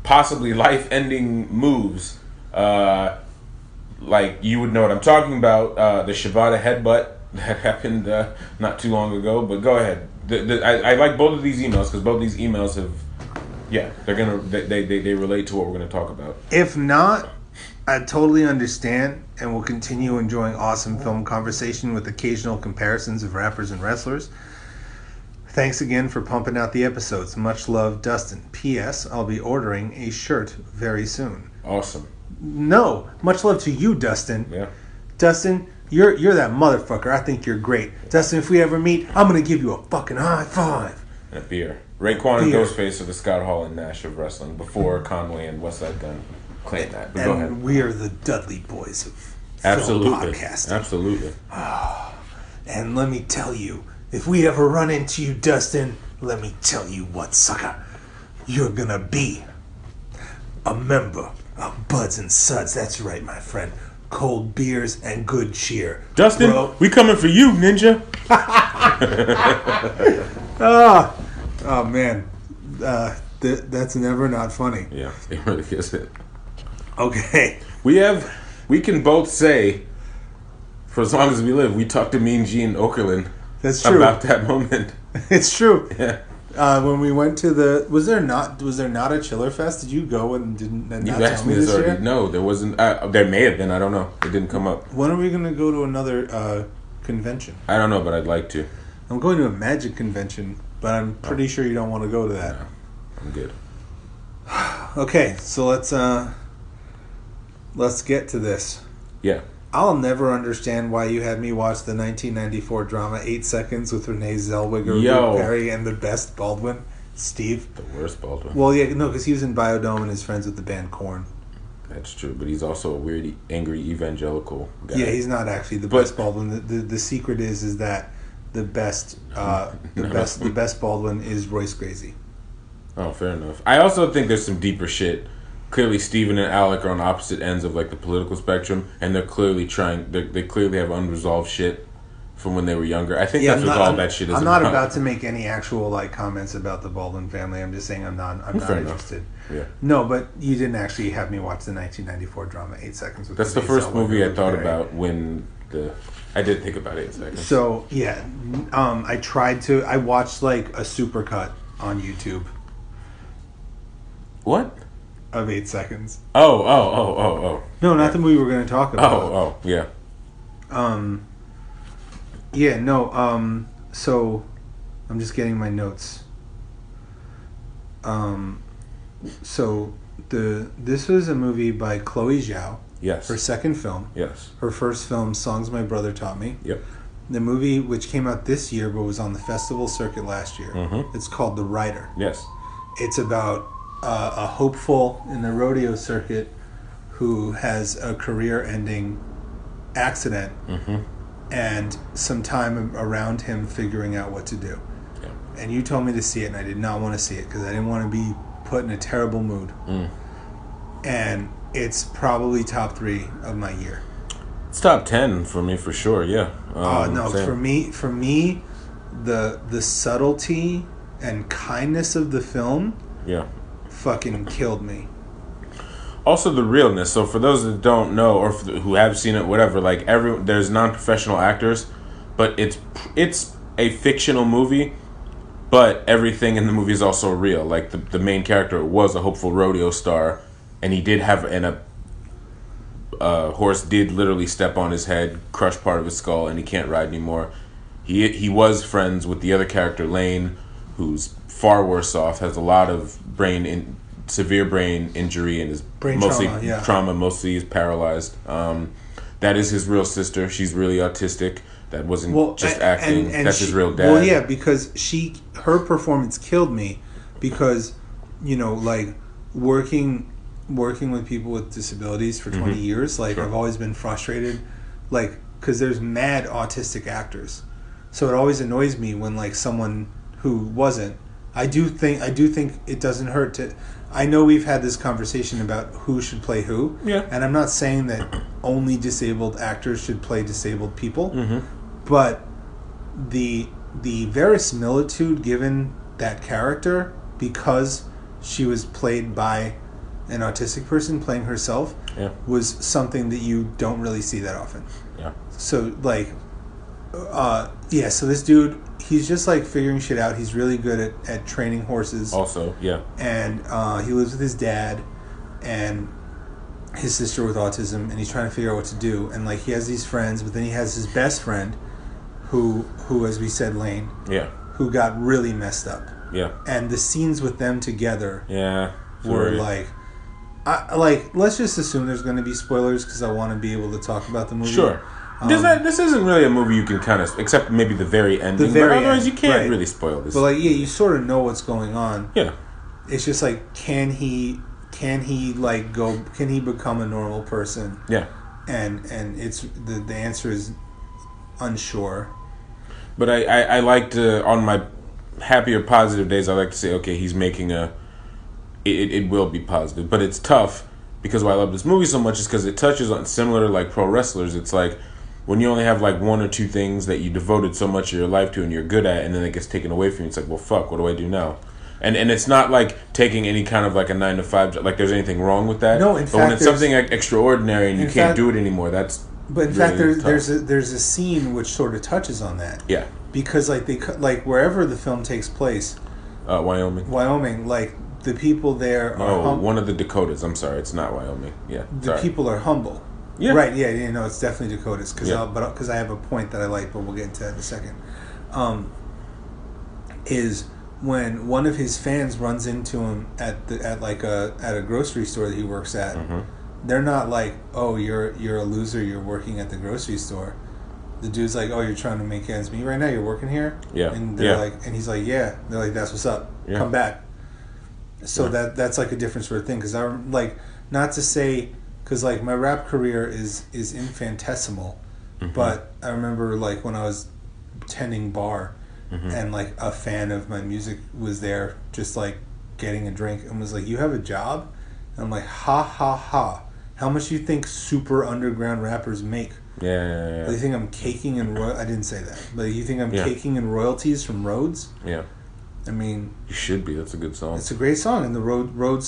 Speaker 2: possibly life ending moves. Uh, like you would know what I'm talking about. Uh, the Shibata headbutt that happened uh, not too long ago. But go ahead. The, the, I, I like both of these emails because both of these emails have, yeah, they're gonna they, they, they, they relate to what we're gonna talk about.
Speaker 1: If not, I totally understand and will continue enjoying awesome film conversation with occasional comparisons of rappers and wrestlers. Thanks again for pumping out the episodes. Much love, Dustin. P.S. I'll be ordering a shirt very soon.
Speaker 2: Awesome.
Speaker 1: No, much love to you, Dustin.
Speaker 2: Yeah.
Speaker 1: Dustin, you're you're that motherfucker. I think you're great. Dustin, if we ever meet, I'm gonna give you a fucking high five.
Speaker 2: And a beer. Raekwon and
Speaker 1: Beer.
Speaker 2: Ghostface are the Scott Hall and Nash of wrestling before Conway and West Side Gun claimed that. But go
Speaker 1: And
Speaker 2: ahead.
Speaker 1: we are the Dudley boys of film
Speaker 2: Absolutely.
Speaker 1: podcasting.
Speaker 2: Absolutely.
Speaker 1: And let me tell you, if we ever run into you, Dustin, let me tell you what, sucker. You're gonna be a member of Buds and Suds. That's right, my friend. Cold beers and good cheer.
Speaker 2: Dustin,
Speaker 1: Bro.
Speaker 2: we coming for you, ninja.
Speaker 1: Ah, oh man, uh, th- that's never not funny.
Speaker 2: Yeah, it really is it.
Speaker 1: Okay.
Speaker 2: We have, we can both say, for as long as we live, we talked to Mean Gene Okerlund
Speaker 1: That's true.
Speaker 2: about that moment.
Speaker 1: It's true.
Speaker 2: Yeah,
Speaker 1: Uh, when we went to the was there not was there not a Chiller Fest? Did you go and didn't and
Speaker 2: you
Speaker 1: not
Speaker 2: asked
Speaker 1: tell me
Speaker 2: me this
Speaker 1: this
Speaker 2: already.
Speaker 1: year?
Speaker 2: No, there wasn't. Uh, there may have been. I don't know. It didn't come up.
Speaker 1: When are we gonna go to another uh, convention?
Speaker 2: I don't know, but I'd like to.
Speaker 1: I'm going to a magic convention, but I'm pretty
Speaker 2: Oh.
Speaker 1: sure you don't want to go to that.
Speaker 2: I'm good.
Speaker 1: Okay, so let's uh let's get to this.
Speaker 2: Yeah.
Speaker 1: I'll never understand why you had me watch the 1994 drama Eight Seconds with Renee Zellweger,
Speaker 2: Yo.
Speaker 1: Luke Perry, and the best Baldwin, Steve.
Speaker 2: The worst Baldwin.
Speaker 1: Well, yeah, no, because he was in Biodome and is friends with the band Corn.
Speaker 2: That's true, but he's also a weird, e- angry evangelical guy.
Speaker 1: Yeah, he's not actually the
Speaker 2: But-
Speaker 1: best Baldwin. The, the, the secret is is that the best uh, the
Speaker 2: No.
Speaker 1: best the best Baldwin is Royce Gracie.
Speaker 2: Oh, fair enough. I also think there's some deeper shit. Clearly, Steven and Alec are on opposite ends of like the political spectrum, and they're clearly trying. They they clearly have unresolved shit from when they were younger. I think
Speaker 1: Yeah,
Speaker 2: that's
Speaker 1: I'm
Speaker 2: what
Speaker 1: not,
Speaker 2: all
Speaker 1: I'm,
Speaker 2: that shit is
Speaker 1: I'm not about to make any actual like comments about the Baldwin family. I'm just saying I'm not I'm not
Speaker 2: Fair enough.
Speaker 1: interested.
Speaker 2: Yeah,
Speaker 1: No, but you didn't actually have me watch the 1994 drama Eight Seconds. With
Speaker 2: that's the
Speaker 1: Renee
Speaker 2: first
Speaker 1: Zellweger,
Speaker 2: movie I
Speaker 1: Luke
Speaker 2: thought
Speaker 1: Perry.
Speaker 2: about when the. I did think about it. Exactly.
Speaker 1: So yeah, um, I tried to. I watched like a supercut on YouTube
Speaker 2: What?
Speaker 1: of Eight Seconds.
Speaker 2: Oh, oh, oh, oh, oh,
Speaker 1: No, not the movie we're going to talk about.
Speaker 2: oh, oh, yeah.
Speaker 1: Um, yeah, no. Um, so I'm just getting my notes. Um, so the this was a movie by Chloe Zhao, her
Speaker 2: Yes.
Speaker 1: second film,
Speaker 2: Yes.
Speaker 1: her first film, "Songs My Brother Taught Me."
Speaker 2: Yep.
Speaker 1: The movie, which came out this year but was on the festival circuit last year,
Speaker 2: Mhm.
Speaker 1: it's called The Writer.
Speaker 2: Yes.
Speaker 1: It's about uh, a hopeful in the rodeo circuit who has a career-ending accident,
Speaker 2: Mm-hmm.
Speaker 1: and some time around him figuring out what to do.
Speaker 2: Yeah.
Speaker 1: And you told me to see it, and I did not want to see it because I didn't want to be put in a terrible mood.
Speaker 2: Mm.
Speaker 1: And it's probably top three of my year.
Speaker 2: It's top ten for me for sure. Yeah.
Speaker 1: Oh
Speaker 2: Um,
Speaker 1: no!
Speaker 2: same.
Speaker 1: For me, for me, the the subtlety and kindness of the film
Speaker 2: Yeah.
Speaker 1: fucking killed me.
Speaker 2: Also the realness. So for those that don't know or f- who have seen it, whatever, like every there's non-professional actors, but it's it's a fictional movie, but everything in the movie is also real. Like the the main character was a hopeful rodeo star, and he did have and a uh, horse did literally step on his head, crush part of his skull, and he can't ride anymore. He he was friends with the other character Lane, who's far worse off, has a lot of brain in severe brain injury and is
Speaker 1: Brain
Speaker 2: mostly
Speaker 1: trauma, yeah.
Speaker 2: trauma, mostly is paralyzed. Um, that is his real sister. She's really autistic. That wasn't
Speaker 1: Well,
Speaker 2: just
Speaker 1: a-
Speaker 2: acting.
Speaker 1: and- and
Speaker 2: That's
Speaker 1: she-
Speaker 2: his real dad.
Speaker 1: Well, yeah, because she her performance killed me because you know like working working with people with disabilities for
Speaker 2: Mm-hmm.
Speaker 1: 20 years like I've always been frustrated like cuz there's mad autistic actors. So it always annoys me when like someone who wasn't I do think I do think it doesn't hurt to I know we've had this conversation about who should play who.
Speaker 2: Yeah.
Speaker 1: And I'm not saying that only disabled actors should play disabled people. But the the verisimilitude given that character because she was played by an autistic person playing herself
Speaker 2: Yeah.
Speaker 1: was something that you don't really see that often.
Speaker 2: Yeah.
Speaker 1: So like uh yeah, so this dude he's just like figuring shit out. He's really good at, at training horses
Speaker 2: Also, yeah.
Speaker 1: and uh, he lives with his dad and his sister with autism, and he's trying to figure out what to do. And like he has these friends, but then he has his best friend, who who, as we said, Lane,
Speaker 2: Yeah.
Speaker 1: who got really messed up.
Speaker 2: Yeah.
Speaker 1: And the scenes with them together
Speaker 2: Yeah.
Speaker 1: were
Speaker 2: Sorry.
Speaker 1: like, I, like let's just assume there's going to be spoilers because I want to be able to talk about the movie.
Speaker 2: Sure. this,
Speaker 1: Um,
Speaker 2: not, this isn't really a movie you can kind of, except maybe the very ending.
Speaker 1: very
Speaker 2: but otherwise,
Speaker 1: end,
Speaker 2: you can't
Speaker 1: right.
Speaker 2: really spoil this.
Speaker 1: But like, yeah, you sort of know what's going on.
Speaker 2: yeah,
Speaker 1: It's just like, can he, can he like go? Can he become a normal person?
Speaker 2: yeah.
Speaker 1: and and it's the, the answer is unsure
Speaker 2: But I, I, I like to on my happier positive days. I like to say, okay, he's making a. It, it- it will be positive, but it's tough because why I love this movie so much is because it touches on similar to like pro wrestlers. It's like when you only have like one or two things that you devoted so much of your life to and you're good at, and then it gets taken away from you. It's like, well, fuck, what do I do now? And and it's not like taking any kind of like a nine to five job. Like there's anything wrong with that.
Speaker 1: No, in
Speaker 2: but when
Speaker 1: fact,
Speaker 2: it's something like extraordinary and you
Speaker 1: in
Speaker 2: can't
Speaker 1: fact-
Speaker 2: do it anymore, that's
Speaker 1: but in
Speaker 2: really
Speaker 1: fact there,
Speaker 2: tough.
Speaker 1: there's a there's a scene which sort of touches on that
Speaker 2: yeah,
Speaker 1: because like they cu- like wherever the film takes place
Speaker 2: uh, Wyoming.
Speaker 1: wyoming like the people there are
Speaker 2: Oh,
Speaker 1: hum-
Speaker 2: one of the Dakotas. I'm sorry, it's not Wyoming. Yeah,
Speaker 1: the
Speaker 2: sorry.
Speaker 1: people are humble
Speaker 2: Yeah.
Speaker 1: right yeah you know it's definitely dakotas because
Speaker 2: Yeah.
Speaker 1: but because i have a point that i like but we'll get into that in a second um is when one of his fans runs into him at the at like a at a grocery store that he works at
Speaker 2: Mm-hmm.
Speaker 1: they're not like, "Oh, you're you're a loser. You're working at the grocery store." The dude's like, "Oh, you're trying to make ends meet right now. You're working here."
Speaker 2: Yeah,
Speaker 1: And they're
Speaker 2: yeah.
Speaker 1: like, and he's like, "Yeah." They're like, "That's what's up.
Speaker 2: Yeah.
Speaker 1: Come back." So
Speaker 2: Yeah.
Speaker 1: that that's like a different sort of thing because I'm like, not to say because like my rap career is is infinitesimal,
Speaker 2: Mm-hmm.
Speaker 1: but I remember like when I was tending bar,
Speaker 2: Mm-hmm.
Speaker 1: and like a fan of my music was there just like getting a drink and was like, "You have a job." And I'm like, ha ha ha. How much do you think super underground rappers make?
Speaker 2: Yeah, yeah, yeah,
Speaker 1: Do you think I'm caking in ro- I didn't say that, but you think I'm
Speaker 2: Yeah.
Speaker 1: caking in royalties from Rhodes?
Speaker 2: yeah. Yeah.
Speaker 1: I mean,
Speaker 2: You should be. That's a good song.
Speaker 1: it's a great song, and the road Rhodes.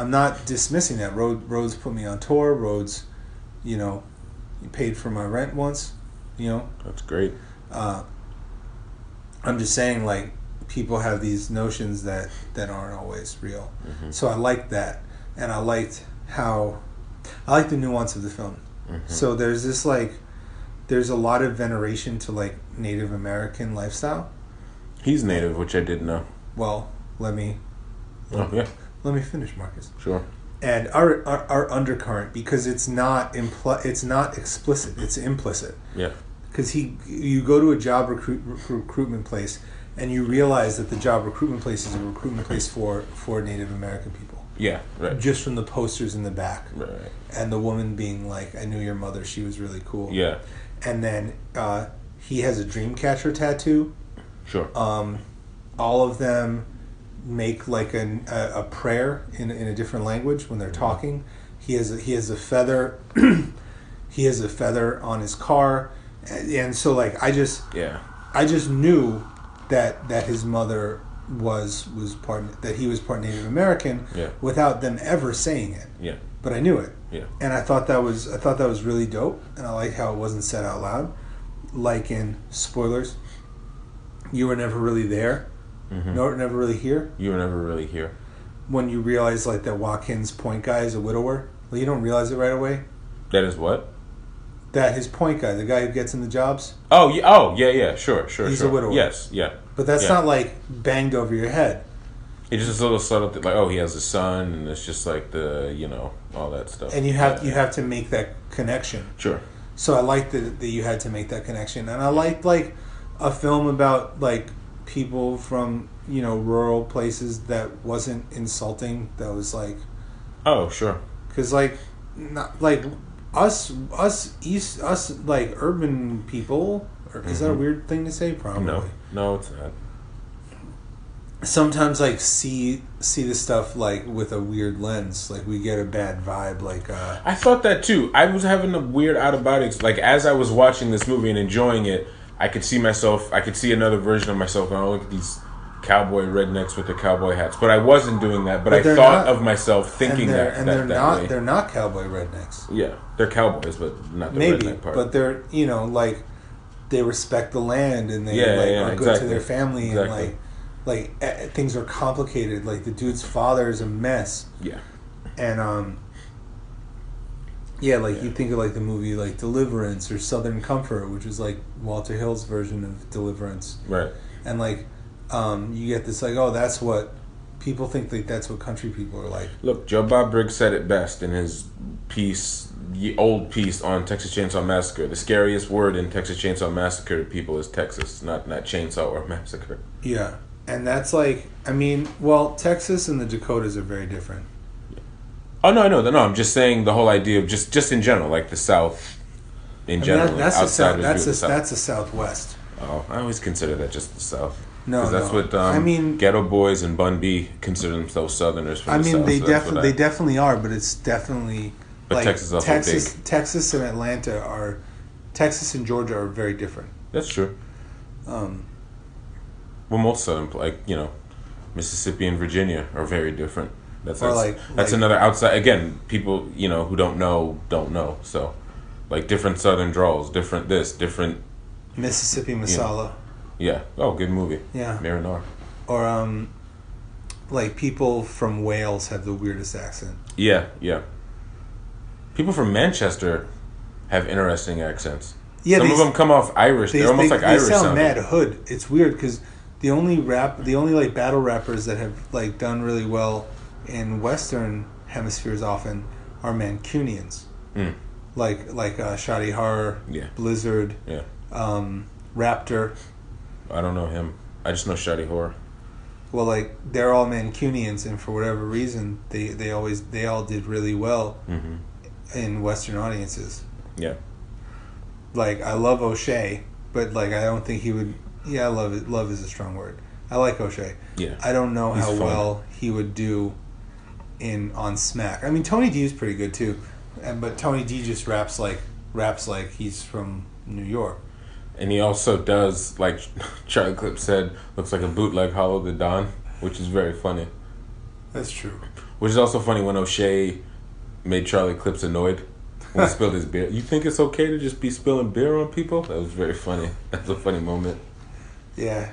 Speaker 1: I'm not dismissing that. Road Rhodes put me on tour. Rhodes, you know, he paid for my rent once. You know,
Speaker 2: That's great.
Speaker 1: uh, I'm just saying, like, people have these notions that, that aren't always real. So I liked that. And I liked how, I like the nuance of the film. So there's this, like, there's a lot of veneration to, like, Native American lifestyle.
Speaker 2: He's native, which I didn't know.
Speaker 1: Well, let me,
Speaker 2: Oh yeah,
Speaker 1: let me finish, Marcus.
Speaker 2: sure.
Speaker 1: and our, our, our undercurrent because it's not impl- it's not explicit it's implicit
Speaker 2: Yeah.
Speaker 1: because he you go to a job recruit, recruitment place and you realize that the job recruitment place is a recruitment place for for Native American people,
Speaker 2: Yeah, right.
Speaker 1: just from the posters in the back,
Speaker 2: Right, right.
Speaker 1: and the woman being like, "I knew your mother; she was really cool."
Speaker 2: Yeah,
Speaker 1: and then uh, he has a dream catcher tattoo.
Speaker 2: sure.
Speaker 1: Um, all of them make like an, a, a prayer in, in a different language when they're talking. He has a, he has a feather. he has a feather on his car, and, and so like I just
Speaker 2: yeah.
Speaker 1: I just knew that that his mother was was part that he was part Native American
Speaker 2: Yeah.
Speaker 1: without them ever saying it,
Speaker 2: Yeah.
Speaker 1: but I knew it
Speaker 2: Yeah.
Speaker 1: and I thought that was I thought that was really dope, and I liked how it wasn't said out loud. Like in spoilers, you were never really there,
Speaker 2: Mhm.
Speaker 1: no, never really here.
Speaker 2: You were never really here.
Speaker 1: When you realize like that Watkins' point guy is a widower, well, you don't realize it right away.
Speaker 2: That is what?
Speaker 1: That his point guy, the guy who gets in the jobs,
Speaker 2: Oh, yeah, oh, yeah, yeah, sure, sure,
Speaker 1: He's a
Speaker 2: sure.
Speaker 1: widower.
Speaker 2: Yes, yeah.
Speaker 1: but that's
Speaker 2: Yeah.
Speaker 1: not like banged over your head.
Speaker 2: It's just a little subtle, thing, like oh, he has a son, and it's just like the you know all that stuff.
Speaker 1: And you have
Speaker 2: Yeah.
Speaker 1: you have to make that connection.
Speaker 2: sure,
Speaker 1: So I liked that, that you had to make that connection, and I liked like a film about like people from you know rural places that wasn't insulting. That was like
Speaker 2: oh, sure,
Speaker 1: because like not like us us east us like urban people. Or, Is that a weird thing to say? Probably.
Speaker 2: Mm-hmm. no, no, it's not.
Speaker 1: Sometimes like see see the stuff like with a weird lens. Like we get a bad vibe. Like uh,
Speaker 2: I thought that too. I was having a weird out of body. ex- Like as I was watching this movie and enjoying it, I could see myself. I could see another version of myself going, "Oh, look at these cowboy rednecks with their cowboy hats." But I wasn't doing that. But, I
Speaker 1: they're
Speaker 2: thought
Speaker 1: not.
Speaker 2: of myself
Speaker 1: and
Speaker 2: thinking
Speaker 1: they're
Speaker 2: that
Speaker 1: and
Speaker 2: that,
Speaker 1: they're
Speaker 2: that
Speaker 1: not
Speaker 2: way.
Speaker 1: they're not cowboy rednecks.
Speaker 2: yeah, they're cowboys, but not the
Speaker 1: maybe
Speaker 2: redneck part.
Speaker 1: but they're you know like they respect the land and they like
Speaker 2: Yeah, yeah,
Speaker 1: are
Speaker 2: yeah,
Speaker 1: good
Speaker 2: exactly.
Speaker 1: to their family
Speaker 2: Exactly.
Speaker 1: and like like eh, things are complicated like the dude's father is a mess
Speaker 2: yeah,
Speaker 1: and um yeah like you think of like the movie like deliverance or southern comfort which is like walter hill's version of deliverance
Speaker 2: right.
Speaker 1: and like um you get this like oh that's what people think like that's what country people are like
Speaker 2: Look, Joe Bob Briggs said it best in his piece, ye- old piece on Texas Chainsaw Massacre. The scariest word in Texas Chainsaw Massacre to people is Texas, not not chainsaw or massacre.
Speaker 1: Yeah, and that's like, I mean, well, Texas and the Dakotas are very different.
Speaker 2: Oh no, no, no! I'm just saying the whole idea of just just in general, like the South in
Speaker 1: I mean,
Speaker 2: general,
Speaker 1: that- that's a
Speaker 2: outside
Speaker 1: south,
Speaker 2: of
Speaker 1: that's
Speaker 2: the
Speaker 1: a,
Speaker 2: South.
Speaker 1: that's a Southwest.
Speaker 2: oh, I always consider that just the South.
Speaker 1: No,
Speaker 2: 'Cause that's
Speaker 1: no.
Speaker 2: what um,
Speaker 1: I mean-
Speaker 2: Ghetto Boys and Bun B consider themselves Southerners. From
Speaker 1: I
Speaker 2: the
Speaker 1: mean,
Speaker 2: South,
Speaker 1: they
Speaker 2: so that's what
Speaker 1: definitely
Speaker 2: I-
Speaker 1: they definitely are, but it's definitely
Speaker 2: But
Speaker 1: like
Speaker 2: Texas is also
Speaker 1: Texas, Texas and Atlanta are Texas and Georgia are very different.
Speaker 2: That's true.
Speaker 1: Um,
Speaker 2: Well, most Southern, like you know, Mississippi and Virginia are very different. That's
Speaker 1: Or
Speaker 2: that's,
Speaker 1: like-
Speaker 2: that's
Speaker 1: like-
Speaker 2: another outside. Again, people you know who don't know don't know. So, like different Southern draws, different this, different
Speaker 1: Mississippi masala,
Speaker 2: yeah. Oh, good movie.
Speaker 1: yeah,
Speaker 2: Marinar.
Speaker 1: or um, like people from Wales have the weirdest accent.
Speaker 2: Yeah, yeah. People from Manchester have interesting accents.
Speaker 1: Yeah,
Speaker 2: Some
Speaker 1: they,
Speaker 2: of them come off Irish.
Speaker 1: they,
Speaker 2: They're almost
Speaker 1: they-
Speaker 2: like
Speaker 1: they
Speaker 2: Irish
Speaker 1: sound
Speaker 2: sounding.
Speaker 1: mad hood. It's weird because the only rap, the only like battle rappers that have like done really well in Western hemispheres often are Mancunians,
Speaker 2: Mm.
Speaker 1: like like uh, Shadi Har,
Speaker 2: Yeah.
Speaker 1: Blizzard,
Speaker 2: Yeah.
Speaker 1: um, Raptor.
Speaker 2: I don't know him. I just know Shadi Horror.
Speaker 1: Well, like they're all Mancunians, and for whatever reason, they they always they all did really well
Speaker 2: hmm
Speaker 1: in Western audiences.
Speaker 2: Yeah.
Speaker 1: Like I love O'Shea, but like I don't think he would. Yeah, I love it. Love is a strong word. I like O'Shea.
Speaker 2: Yeah.
Speaker 1: I don't know
Speaker 2: He's
Speaker 1: how
Speaker 2: fun.
Speaker 1: well he would do in on Smack. I mean, Tony D is pretty good too, and, but Tony D just raps like raps like he's from New York.
Speaker 2: And he also does, like Charlie Clip said, looks like a bootleg Hollow the Don, which is very funny.
Speaker 1: That's true.
Speaker 2: Which is also funny when O'Shea made Charlie Clips annoyed when he spilled his beer. You think it's okay to just be spilling beer on people? That was very funny. That's a funny moment.
Speaker 1: Yeah,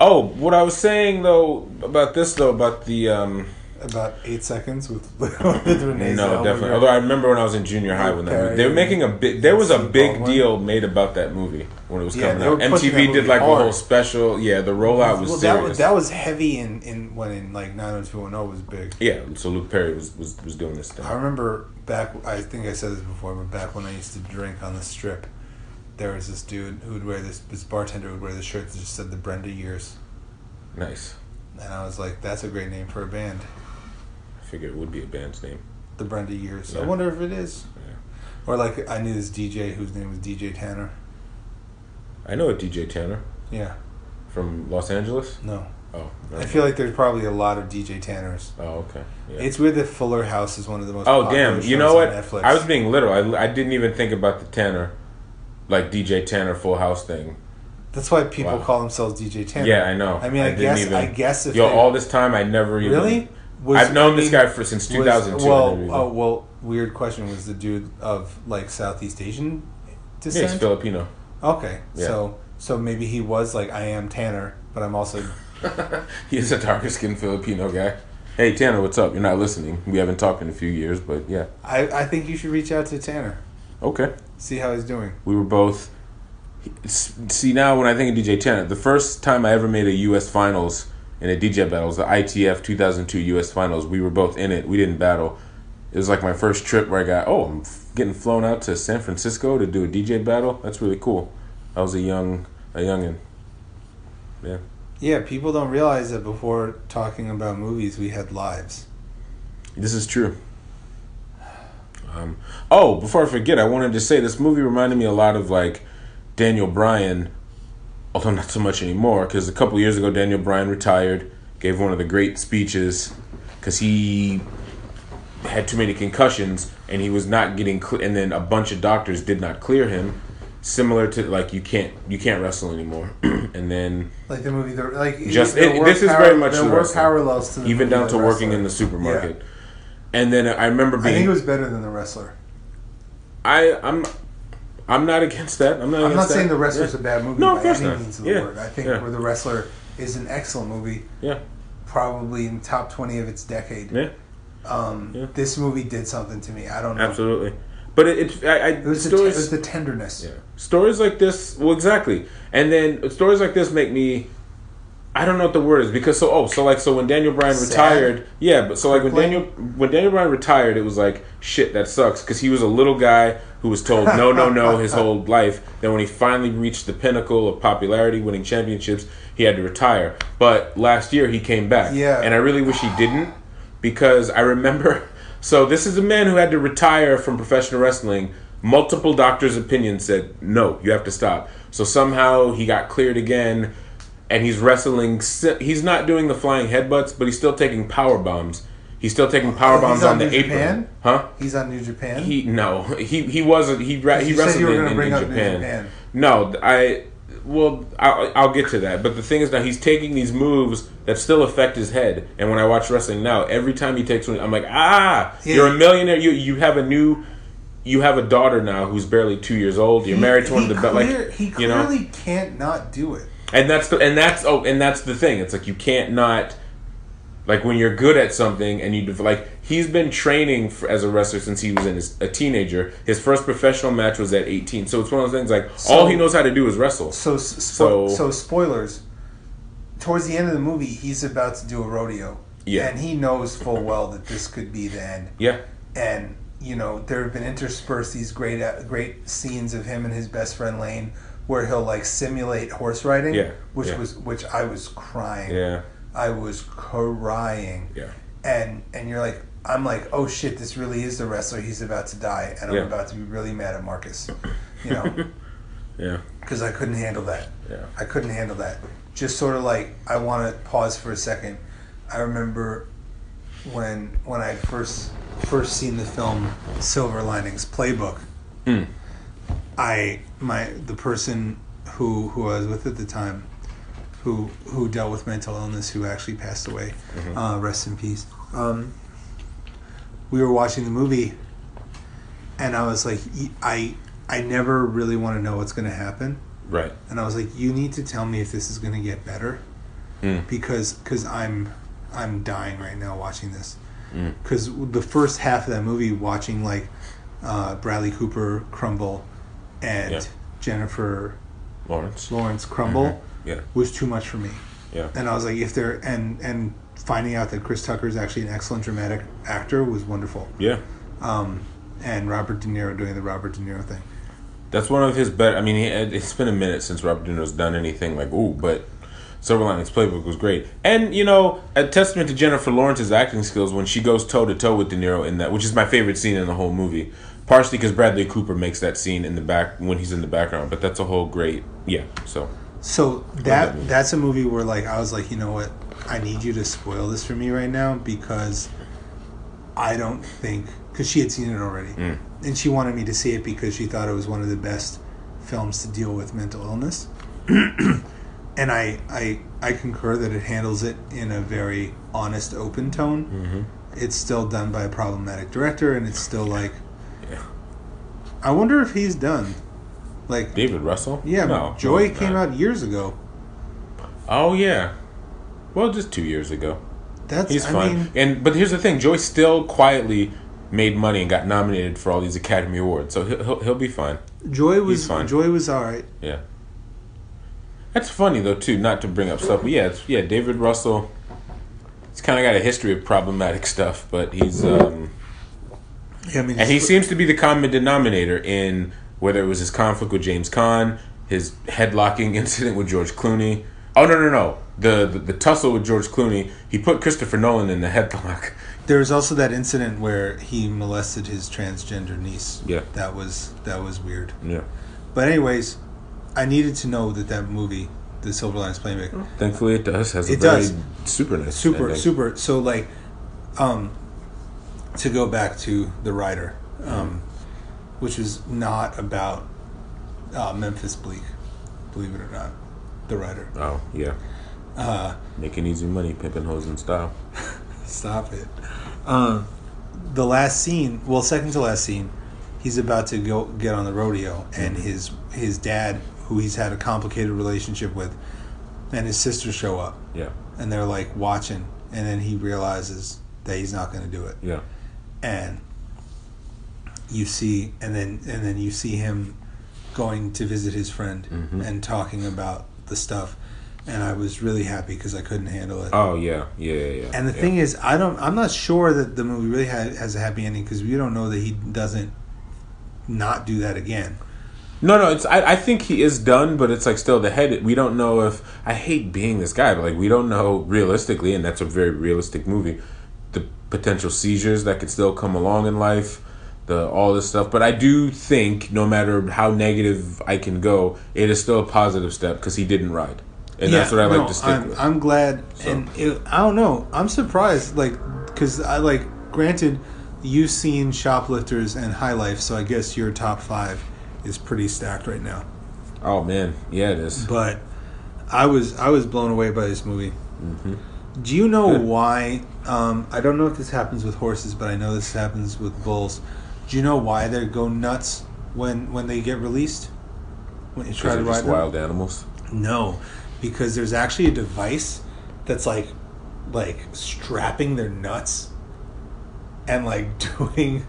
Speaker 2: Oh, what I was saying though about this though about the um
Speaker 1: about eight seconds with with Renee.
Speaker 2: no
Speaker 1: Zellweger.
Speaker 2: definitely. Although I remember when I was in junior high when that movie, they were making a big there was a big deal made about that movie when it was
Speaker 1: Yeah,
Speaker 2: coming
Speaker 1: they were
Speaker 2: out.
Speaker 1: pushing that
Speaker 2: MTV did
Speaker 1: movie
Speaker 2: like a whole
Speaker 1: hard.
Speaker 2: special. Yeah, the rollout was
Speaker 1: well, that
Speaker 2: serious.
Speaker 1: was that was heavy in in when in like nine hundred two one zero was big.
Speaker 2: yeah, so Luke Perry was was, was doing this thing.
Speaker 1: I remember back. I think I said this before, but back when I used to drink on the strip, there was this dude who would wear this this bartender would wear this shirt that just said the Brenda Years,
Speaker 2: Nice.
Speaker 1: and I was like, that's a great name for a band,
Speaker 2: I figured it would be a band's name.
Speaker 1: the Brenda Years. I
Speaker 2: Yeah.
Speaker 1: wonder if it is.
Speaker 2: Yeah.
Speaker 1: Or like I knew this DJ whose name was DJ Tanner.
Speaker 2: I know a DJ Tanner
Speaker 1: Yeah,
Speaker 2: from Los Angeles.
Speaker 1: no,
Speaker 2: Oh, no.
Speaker 1: I feel like there's probably a lot of DJ Tanners.
Speaker 2: oh, okay. Yeah.
Speaker 1: It's weird that Fuller House is one of the most.
Speaker 2: oh,
Speaker 1: popular
Speaker 2: damn! You
Speaker 1: shows
Speaker 2: know what?
Speaker 1: on Netflix.
Speaker 2: I was being literal. I, I didn't even think about the Tanner, like DJ Tanner Full House thing.
Speaker 1: That's why people
Speaker 2: Wow.
Speaker 1: call themselves DJ Tanner.
Speaker 2: Yeah, I know.
Speaker 1: I mean, I,
Speaker 2: didn't
Speaker 1: guess,
Speaker 2: even-
Speaker 1: I guess if
Speaker 2: yo,
Speaker 1: they-
Speaker 2: all this time I never even
Speaker 1: really, was,
Speaker 2: I've known
Speaker 1: I mean,
Speaker 2: this guy for since
Speaker 1: was-
Speaker 2: 2002. I never
Speaker 1: well,
Speaker 2: even-
Speaker 1: oh, well, weird question. Was the dude of like Southeast Asian
Speaker 2: yeah,
Speaker 1: descent?
Speaker 2: he's Filipino.
Speaker 1: okay,
Speaker 2: Yeah.
Speaker 1: so so maybe he was like, I am Tanner, but I'm also
Speaker 2: He's a darker skinned Filipino guy. Hey Tanner, what's up? You're not listening. We haven't talked in a few years, but yeah.
Speaker 1: I, I think you should reach out to Tanner,
Speaker 2: Okay.
Speaker 1: see how he's doing.
Speaker 2: We were both. See now, when I think of DJ Tanner, the first time I ever made a U.S. Finals in a DJ battle was the ITF 2002 U.S. Finals. We were both in it. We didn't battle. It was like my first trip where I got oh, I'm f- getting flown out to San Francisco to do a DJ battle. That's really cool. I was a young a youngin. Yeah.
Speaker 1: Yeah, people don't realize that before talking about movies, we had lives.
Speaker 2: This is true. Um, oh, before I forget, I wanted to say this movie reminded me a lot of like Daniel Bryan, although not so much anymore, because a couple years ago Daniel Bryan retired, gave one of the great speeches, because he had too many concussions and he was not getting, cle and then a bunch of doctors did not clear him. Similar to like you can't you can't wrestle anymore, and then
Speaker 1: Like the movie, the like
Speaker 2: Just-
Speaker 1: there
Speaker 2: it-
Speaker 1: were
Speaker 2: this is
Speaker 1: par-
Speaker 2: very much
Speaker 1: there
Speaker 2: the
Speaker 1: were
Speaker 2: wrestler.
Speaker 1: parallels to the movie
Speaker 2: even down
Speaker 1: The
Speaker 2: to working
Speaker 1: Wrestler.
Speaker 2: in the supermarket, and then I remember
Speaker 1: I
Speaker 2: being
Speaker 1: think it was better than the wrestler.
Speaker 2: I I'm I'm not against that. I'm not.
Speaker 1: I'm
Speaker 2: against
Speaker 1: not
Speaker 2: that.
Speaker 1: saying the wrestler's
Speaker 2: yeah.
Speaker 1: a bad movie
Speaker 2: No, of
Speaker 1: by
Speaker 2: course
Speaker 1: any
Speaker 2: not.
Speaker 1: means of the
Speaker 2: Yeah,
Speaker 1: word. I think
Speaker 2: yeah.
Speaker 1: where the wrestler is an excellent movie,
Speaker 2: Yeah,
Speaker 1: probably in the top twenty of its decade.
Speaker 2: yeah,
Speaker 1: Um,
Speaker 2: Yeah.
Speaker 1: This movie did something to me. I don't know.
Speaker 2: absolutely. But it, it I, I
Speaker 1: It was, the te- it
Speaker 2: stories
Speaker 1: was the tenderness.
Speaker 2: yeah. stories like this. Well, exactly. And then stories like this make me. I don't know what the word is because so oh so like so when Daniel Bryan
Speaker 1: Sad?
Speaker 2: retired yeah but so like when
Speaker 1: Crippling?
Speaker 2: Daniel when Daniel Bryan retired it was like shit that sucks because he was a little guy who was told no no no his whole life then when he finally reached the pinnacle of popularity winning championships he had to retire but last year he came back
Speaker 1: Yeah.
Speaker 2: and I really wish he didn't because I remember. So this is a man who had to retire from professional wrestling. Multiple doctors' opinions said no, you have to stop. So somehow he got cleared again, and he's wrestling. si- He's not doing the flying headbutts, but he's still taking power bombs. He's still taking power
Speaker 1: he's
Speaker 2: bombs
Speaker 1: on
Speaker 2: on, the
Speaker 1: New
Speaker 2: apron,
Speaker 1: Japan?
Speaker 2: huh?
Speaker 1: He's on New Japan.
Speaker 2: He no, he he wasn't. He ra- he
Speaker 1: You said
Speaker 2: wrestled
Speaker 1: you were
Speaker 2: in,
Speaker 1: gonna
Speaker 2: in
Speaker 1: bring
Speaker 2: New
Speaker 1: up New
Speaker 2: Japan.
Speaker 1: Japan.
Speaker 2: No, th- I well, I'll, I'll get to that. But the thing is now he's taking these moves that still affect his head. And when I watch wrestling now, every time he takes one, I'm like, ah,
Speaker 1: Yeah.
Speaker 2: you're a millionaire. You you have a new. You have a daughter now who's barely two years old. You're married to one of the
Speaker 1: He
Speaker 2: be-
Speaker 1: clear-
Speaker 2: like
Speaker 1: he
Speaker 2: you know
Speaker 1: clearly can't not do it.
Speaker 2: and that's the and that's oh and that's the thing it's like you can't not like when you're good at something and you dev- like he's been training for, as a wrestler since he was in his, a teenager his first professional match was at 18 so it's one of those things like all he knows how to do is wrestle
Speaker 1: So, s- spo- so,
Speaker 2: So-
Speaker 1: spoilers. Towards the end of the movie, he's about to do a rodeo.
Speaker 2: Yeah.
Speaker 1: And he knows full well that this could be the end.
Speaker 2: yeah
Speaker 1: And you know, there have been interspersed these great, uh, great scenes of him and his best friend Lane, where he'll like simulate horse riding.
Speaker 2: Yeah,
Speaker 1: Which
Speaker 2: yeah.
Speaker 1: was, which I was crying.
Speaker 2: yeah
Speaker 1: I was crying.
Speaker 2: yeah
Speaker 1: And and you're like, I'm like, oh shit, this really is the wrestler. He's about to die, and I'm
Speaker 2: Yeah.
Speaker 1: about to be really mad at Marcus. You know,
Speaker 2: yeah
Speaker 1: because I couldn't handle that.
Speaker 2: yeah
Speaker 1: I couldn't handle that. Just sort of like I want to pause for a second. I remember when when I first first seen the film Silver Linings Playbook.
Speaker 2: Mm.
Speaker 1: I my the person who who I was with at the time, who who dealt with mental illness, who actually passed away. Uh, rest in peace. Um, we were watching the movie, and I was like, "Y- I I never really want to know what's going to happen
Speaker 2: right
Speaker 1: and I was like, "You need to tell me if this is going to get better,
Speaker 2: Mm.
Speaker 1: because because I'm I'm dying right now watching this.
Speaker 2: Mm.
Speaker 1: Because the first half of that movie, watching like uh, Bradley Cooper crumble and
Speaker 2: Yeah.
Speaker 1: Jennifer
Speaker 2: Lawrence
Speaker 1: Lawrence crumble,
Speaker 2: yeah
Speaker 1: was too much for me.
Speaker 2: yeah
Speaker 1: And I was like, if they're and and finding out that Chris Tucker is actually an excellent dramatic actor was wonderful
Speaker 2: yeah
Speaker 1: um, and Robert De Niro doing the Robert De Niro thing.
Speaker 2: That's one of his better. I mean, he, it's been a minute since Robert De Niro's done anything like ooh, but Silver Linings Playbook was great. And you know, a testament to Jennifer Lawrence's acting skills when she goes toe to toe with De Niro in that, which is my favorite scene in the whole movie. Partially because Bradley Cooper makes that scene in the back when he's in the background, but that's a whole great yeah. So
Speaker 1: So
Speaker 2: that
Speaker 1: that
Speaker 2: movie.
Speaker 1: that's a movie where like I was like, you know what, I need you to spoil this for me right now because I don't think because she had seen it already,
Speaker 2: Mm.
Speaker 1: and she wanted me to see it because she thought it was one of the best films to deal with mental illness, and I I I concur that it handles it in a very honest, open tone. It's still done by a problematic director, and it's still like,
Speaker 2: Mm-hmm. Yeah.
Speaker 1: I wonder if he's done, like.
Speaker 2: David Russell,
Speaker 1: Yeah,
Speaker 2: no,
Speaker 1: Joy
Speaker 2: no,
Speaker 1: came
Speaker 2: no.
Speaker 1: out years ago.
Speaker 2: Oh yeah, well, just two years ago.
Speaker 1: That's
Speaker 2: He's
Speaker 1: I
Speaker 2: fun.
Speaker 1: mean,
Speaker 2: and but here's the thing: Joy still quietly made money and got nominated for all these Academy Awards, so he'll he'll, he'll be fine.
Speaker 1: Joy was
Speaker 2: fun.
Speaker 1: Joy was all right.
Speaker 2: Yeah. That's funny though too, not to bring up stuff. But yeah, it's, yeah, David Russell. He's kind of got a history of problematic stuff, but he's um,
Speaker 1: Yeah, I mean,
Speaker 2: and he seems to be the common denominator in whether it was his conflict with James Caan, his headlocking incident with George Clooney. Oh no no no, the the, the tussle with George Clooney. He put Christopher Nolan in the headlock.
Speaker 1: there was also that incident where he molested his transgender niece.
Speaker 2: Yeah.
Speaker 1: that was that was weird.
Speaker 2: Yeah.
Speaker 1: But anyways, I needed to know that that movie, The Silver Linings
Speaker 2: Oh.
Speaker 1: Playbook,
Speaker 2: Thankfully, it does has a
Speaker 1: It
Speaker 2: very
Speaker 1: does.
Speaker 2: super nice
Speaker 1: super
Speaker 2: ending.
Speaker 1: super. So like, um, to go back to The Rider,
Speaker 2: Mm-hmm.
Speaker 1: um, which is not about uh, Memphis Bleak, believe it or not, The Rider.
Speaker 2: Oh yeah,
Speaker 1: Uh,
Speaker 2: making easy money, pimping hoes in style.
Speaker 1: Stop it. Um, the last scene, well, second to last scene, he's about to go get on the rodeo, and his his dad, who he's had a complicated relationship with, and his sister show up,
Speaker 2: Yeah
Speaker 1: and they're like watching, and then he realizes that he's not going to do it,
Speaker 2: yeah.
Speaker 1: and you see, and then and then you see him going to visit his friend and talking about the stuff, and I was really happy because I couldn't handle it.
Speaker 2: Oh yeah, yeah, yeah. yeah.
Speaker 1: And the
Speaker 2: yeah.
Speaker 1: thing is, I don't. I'm not sure that the movie really ha has a happy ending because we don't know that he doesn't not do that again.
Speaker 2: no, no, it's. I, I think he is done, but it's like still the head. We don't know if I hate being this guy, but like we don't know realistically, and that's a very realistic movie. The potential seizures that could still come along in life, the all this stuff. But I do think, no matter how negative I can go, it is still a positive step because he didn't ride, and that's what I like
Speaker 1: no,
Speaker 2: to stick
Speaker 1: I'm,
Speaker 2: with.
Speaker 1: I'm glad, and it, I don't know. I'm surprised, like, because I like. Granted, you've seen Shoplifters and High Life, so I guess your top five is pretty stacked right now.
Speaker 2: oh man, yeah, it is.
Speaker 1: But I was I was blown away by this movie. Do you know
Speaker 2: Mm-hmm. Good.
Speaker 1: why? Um, I don't know if this happens with horses, but I know this happens with bulls. Do you know why they go nuts when when they get released? When you try to
Speaker 2: Because they're
Speaker 1: ride
Speaker 2: just
Speaker 1: them?
Speaker 2: wild animals.
Speaker 1: No, because there's actually a device that's like like strapping their nuts and like doing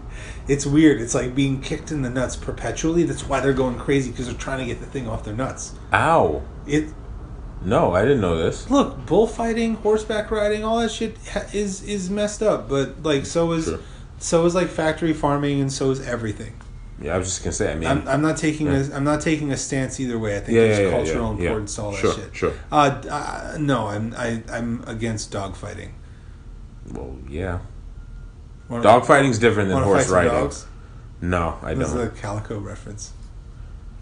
Speaker 1: it's weird. It's like being kicked in the nuts perpetually. That's why they're going crazy because they're trying to get the thing off their nuts.
Speaker 2: Ow!
Speaker 1: It
Speaker 2: No, I didn't know this.
Speaker 1: look, bullfighting, horseback riding, all that shit ha- is is messed up. But like, so is
Speaker 2: Sure.
Speaker 1: so is like factory farming, and so is everything.
Speaker 2: Yeah, I was just gonna say. I mean,
Speaker 1: I'm, I'm not taking
Speaker 2: Yeah.
Speaker 1: a I'm not taking a stance either way. I think
Speaker 2: Yeah,
Speaker 1: there's
Speaker 2: yeah, yeah,
Speaker 1: cultural
Speaker 2: yeah, yeah.
Speaker 1: importance to all that
Speaker 2: Sure,
Speaker 1: shit.
Speaker 2: sure.
Speaker 1: Uh, d- uh, no, I'm I, I'm against dogfighting.
Speaker 2: well, yeah.
Speaker 1: Wanna-
Speaker 2: Dogfighting's different than
Speaker 1: wanna
Speaker 2: horse
Speaker 1: some
Speaker 2: riding.
Speaker 1: dogs?
Speaker 2: No, I
Speaker 1: This is
Speaker 2: don't.
Speaker 1: a Calico reference.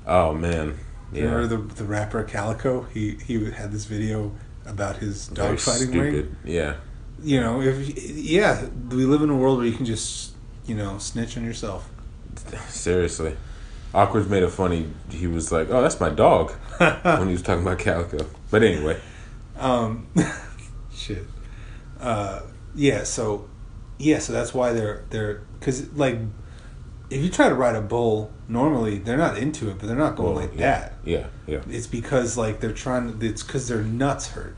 Speaker 2: oh man, yeah,
Speaker 1: Remember the the rapper Calico? He he had this video about his
Speaker 2: Very
Speaker 1: dogfighting ring.
Speaker 2: Yeah,
Speaker 1: You know, if yeah, we live in a world where you can just you know snitch on yourself.
Speaker 2: seriously. Awkward's made a funny. He was like, "Oh, that's my dog," when he was talking about Calico. But anyway,
Speaker 1: Um, shit. Uh, yeah. So, yeah. So that's why they're they're because like if you try to ride a bull, normally they're not into it, but they're not going
Speaker 2: Well,
Speaker 1: like
Speaker 2: yeah.
Speaker 1: that.
Speaker 2: yeah, yeah.
Speaker 1: It's because like they're trying. To, it's because their nuts hurt.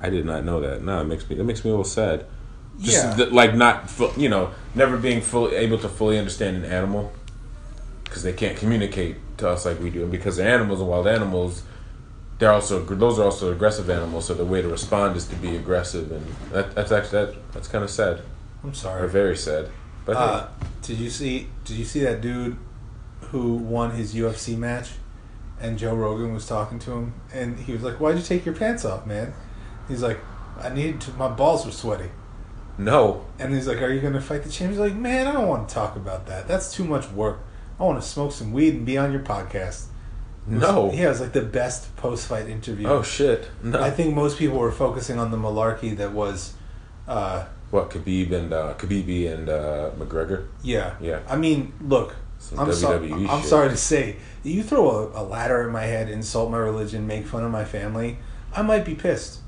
Speaker 2: I did not know that. No, it makes me. That makes me a little sad. Just
Speaker 1: Yeah.
Speaker 2: th- like not, fu- you know, never being fully able to fully understand an animal because they can't communicate to us like we do, and because they're animals and wild animals, they're also aggr- those are also aggressive animals. So the way to respond is to be aggressive, and that, that's actually that, that's kind of sad
Speaker 1: I'm
Speaker 2: or
Speaker 1: sorry.
Speaker 2: very sad. But hey,
Speaker 1: Uh, did you see? Did you see that dude who won his UFC match, and Joe Rogan was talking to him, and he was like, "Why'd you take your pants off, man?" He's like, "I needed to. My balls were sweaty."
Speaker 2: No.
Speaker 1: And he's like, "Are you going to fight the champ?" He's like, "Man, I don't want to talk about that. That's too much work. I want to smoke some weed and be on your podcast." It was-
Speaker 2: No.
Speaker 1: yeah, it was like the best post-fight interview.
Speaker 2: Oh shit. No.
Speaker 1: I think most people were focusing on the malarkey that was, uh,
Speaker 2: what Khabib and uh, Khabib and uh, McGregor?
Speaker 1: yeah.
Speaker 2: Yeah.
Speaker 1: I mean, look,
Speaker 2: Some
Speaker 1: I'm, so-
Speaker 2: WWE
Speaker 1: I'm
Speaker 2: shit.
Speaker 1: sorry to say, you throw a, a ladder at my head, insult my religion, make fun of my family, I might be pissed.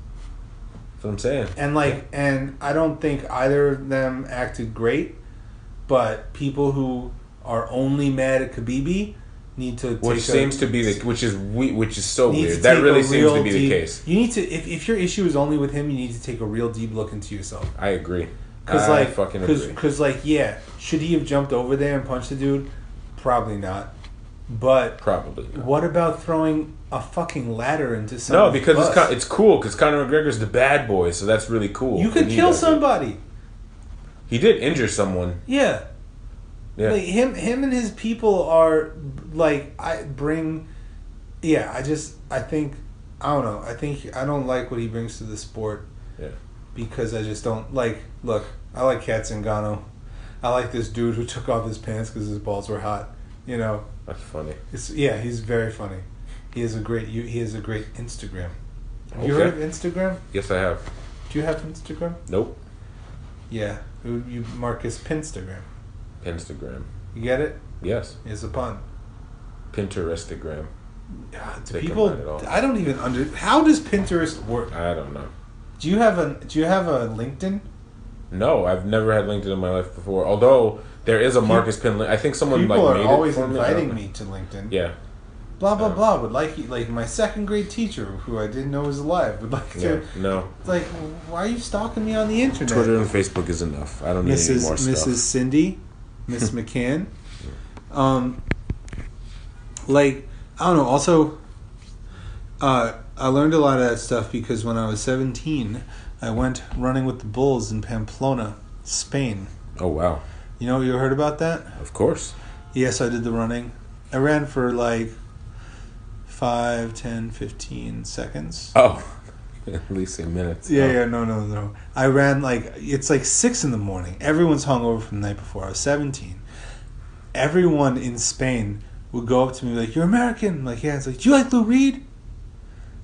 Speaker 2: That's what I'm saying.
Speaker 1: And like, and I don't think either of them acted great, but people who are only mad at Khabibi need to
Speaker 2: Which
Speaker 1: take a-
Speaker 2: seems to be the which is we, which is so
Speaker 1: need to
Speaker 2: weird. That
Speaker 1: take
Speaker 2: really
Speaker 1: a
Speaker 2: seems to
Speaker 1: real
Speaker 2: be the
Speaker 1: deep-
Speaker 2: case.
Speaker 1: You need to if, if your issue is only with him, you need to take a real deep look into yourself.
Speaker 2: I agree.
Speaker 1: Cause
Speaker 2: I
Speaker 1: like,
Speaker 2: fucking
Speaker 1: cause,
Speaker 2: agree.
Speaker 1: 'cause, like, yeah, should he have jumped over there and punched the dude? Probably not. But
Speaker 2: Probably. not.
Speaker 1: what about throwing a fucking ladder into
Speaker 2: No,
Speaker 1: somebody?
Speaker 2: because it's con- it's cool because Conor McGregor's the bad boy, so that's really cool.
Speaker 1: you could
Speaker 2: When he
Speaker 1: kill
Speaker 2: does it.
Speaker 1: somebody.
Speaker 2: He did injure someone.
Speaker 1: Yeah.
Speaker 2: Yeah.
Speaker 1: Like him, him and his people are like I bring. Yeah, I just I think I don't know. I think I don't like what he brings to the sport.
Speaker 2: Yeah.
Speaker 1: Because I just don't like. Look, I like Kat Zingano. I like this dude who took off his pants because his balls were hot. You know,
Speaker 2: That's funny.
Speaker 1: it's yeah. He's very funny. He has a great. You he has a great Instagram. Have you
Speaker 2: Okay.
Speaker 1: heard of Instagram?
Speaker 2: Yes, I have.
Speaker 1: Do you have Instagram?
Speaker 2: Nope.
Speaker 1: Yeah. You you mark as Pinstagram.
Speaker 2: Instagram.
Speaker 1: You get it?
Speaker 2: Yes.
Speaker 1: It's a pun.
Speaker 2: Pinterestigram.
Speaker 1: God, do
Speaker 2: Think about it
Speaker 1: people?
Speaker 2: all.
Speaker 1: I don't even under. How does Pinterest work?
Speaker 2: I don't know.
Speaker 1: Do you have a Do you have a LinkedIn?
Speaker 2: No, I've never had LinkedIn in my life before. Although there is a Marcus Pin. link. I think someone
Speaker 1: People
Speaker 2: like
Speaker 1: are
Speaker 2: made
Speaker 1: always
Speaker 2: it for me. I
Speaker 1: inviting
Speaker 2: don't
Speaker 1: me to LinkedIn.
Speaker 2: know. Yeah.
Speaker 1: Blah blah
Speaker 2: Yeah.
Speaker 1: blah. Would like you- like my second grade teacher who I didn't know was alive. Would like
Speaker 2: Yeah.
Speaker 1: to
Speaker 2: No.
Speaker 1: like. Why are you stalking me on the internet?
Speaker 2: Twitter and Facebook is enough. I don't need any
Speaker 1: Mrs.
Speaker 2: more
Speaker 1: Mrs.
Speaker 2: stuff.
Speaker 1: Cindy, Miss McCann. Um, like I don't know. Also, uh, I learned a lot of that stuff because when I was seventeen, I went running with the bulls in Pamplona, Spain.
Speaker 2: Oh wow.
Speaker 1: You know, you heard about that?
Speaker 2: Of course.
Speaker 1: Yes, I did the running. I ran for like five, ten, fifteen seconds.
Speaker 2: Oh. At least in minutes.
Speaker 1: Yeah,
Speaker 2: Oh.
Speaker 1: yeah, no, no, no. I ran like it's like six in the morning. Everyone's hungover from the night before. I was seventeen. Everyone in Spain would go up to me like, "You're American." I'm like, yeah, it's like, "Do you like Lou Reed?"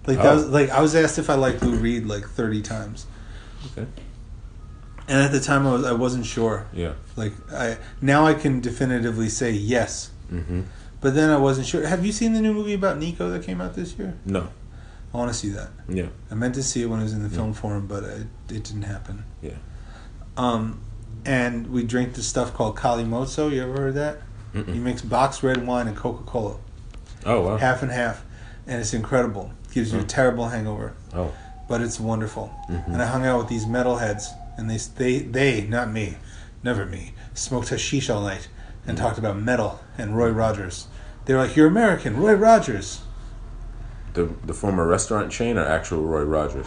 Speaker 1: Like that
Speaker 2: Oh.
Speaker 1: was like I was asked if I liked Lou Reed like thirty times.
Speaker 2: Okay.
Speaker 1: And at the time, I was I wasn't sure.
Speaker 2: Yeah.
Speaker 1: Like I now I can definitively say yes,
Speaker 2: Mm-hmm.
Speaker 1: but then I wasn't sure. Have you seen the new movie about Nico that came out this year?
Speaker 2: No.
Speaker 1: I want to see that.
Speaker 2: Yeah.
Speaker 1: I meant to see it when it was in the film forum, but it, it didn't happen.
Speaker 2: Yeah.
Speaker 1: Um, and we drink this stuff called Kalimozo. You ever heard of that?
Speaker 2: Mm-mm.
Speaker 1: You mix boxed red wine and Coca Cola,
Speaker 2: Oh wow.
Speaker 1: half and half, and it's incredible. Gives
Speaker 2: Mm.
Speaker 1: you a terrible hangover,
Speaker 2: Oh.
Speaker 1: but it's wonderful.
Speaker 2: Mhm.
Speaker 1: And I hung out with these metalheads, and they they they not me, never me, smoked hashish all night and
Speaker 2: Mm.
Speaker 1: talked about metal and Roy Rogers. They were like, "You're American, Roy Rogers."
Speaker 2: The the former restaurant chain or actual Roy Rogers?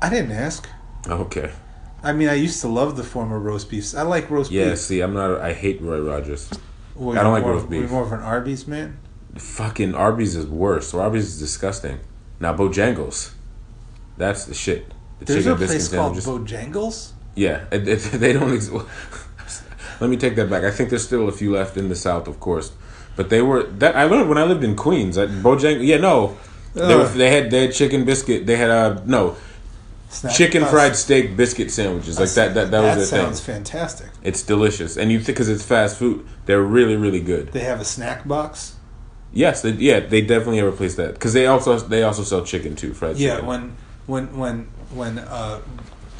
Speaker 1: I didn't ask.
Speaker 2: Okay.
Speaker 1: I mean, I used to love the former roast beefs. I like roast
Speaker 2: Yeah.
Speaker 1: beef.
Speaker 2: See, I'm not. I hate Roy Rogers.
Speaker 1: Well,
Speaker 2: I don't
Speaker 1: you're
Speaker 2: like
Speaker 1: more-
Speaker 2: roast beef.
Speaker 1: We're more of an Arby's man.
Speaker 2: Fucking Arby's is worse. Arby's is disgusting. Now Bojangles, that's the shit. The
Speaker 1: There's a place
Speaker 2: biscuits and
Speaker 1: called
Speaker 2: just-
Speaker 1: Bojangles.
Speaker 2: yeah, it, it, they don't. Ex- Let me take that back. I think there's still a few left in the South, of course, but they were that I learned when I lived in Queens. At Bojang, yeah, no, they, were,
Speaker 1: Ugh.
Speaker 2: they had they had chicken biscuit. They had uh no
Speaker 1: Snack
Speaker 2: chicken
Speaker 1: puffs.
Speaker 2: fried steak biscuit sandwiches like that. That that, was their
Speaker 1: sounds
Speaker 2: thing.
Speaker 1: fantastic.
Speaker 2: It's delicious, and you think because it's fast food, they're really really good.
Speaker 1: They have a snack box.
Speaker 2: Yes, they, yeah, they definitely replaced that because they also they also sell chicken too, fried
Speaker 1: Yeah,
Speaker 2: chicken.
Speaker 1: when when when when uh,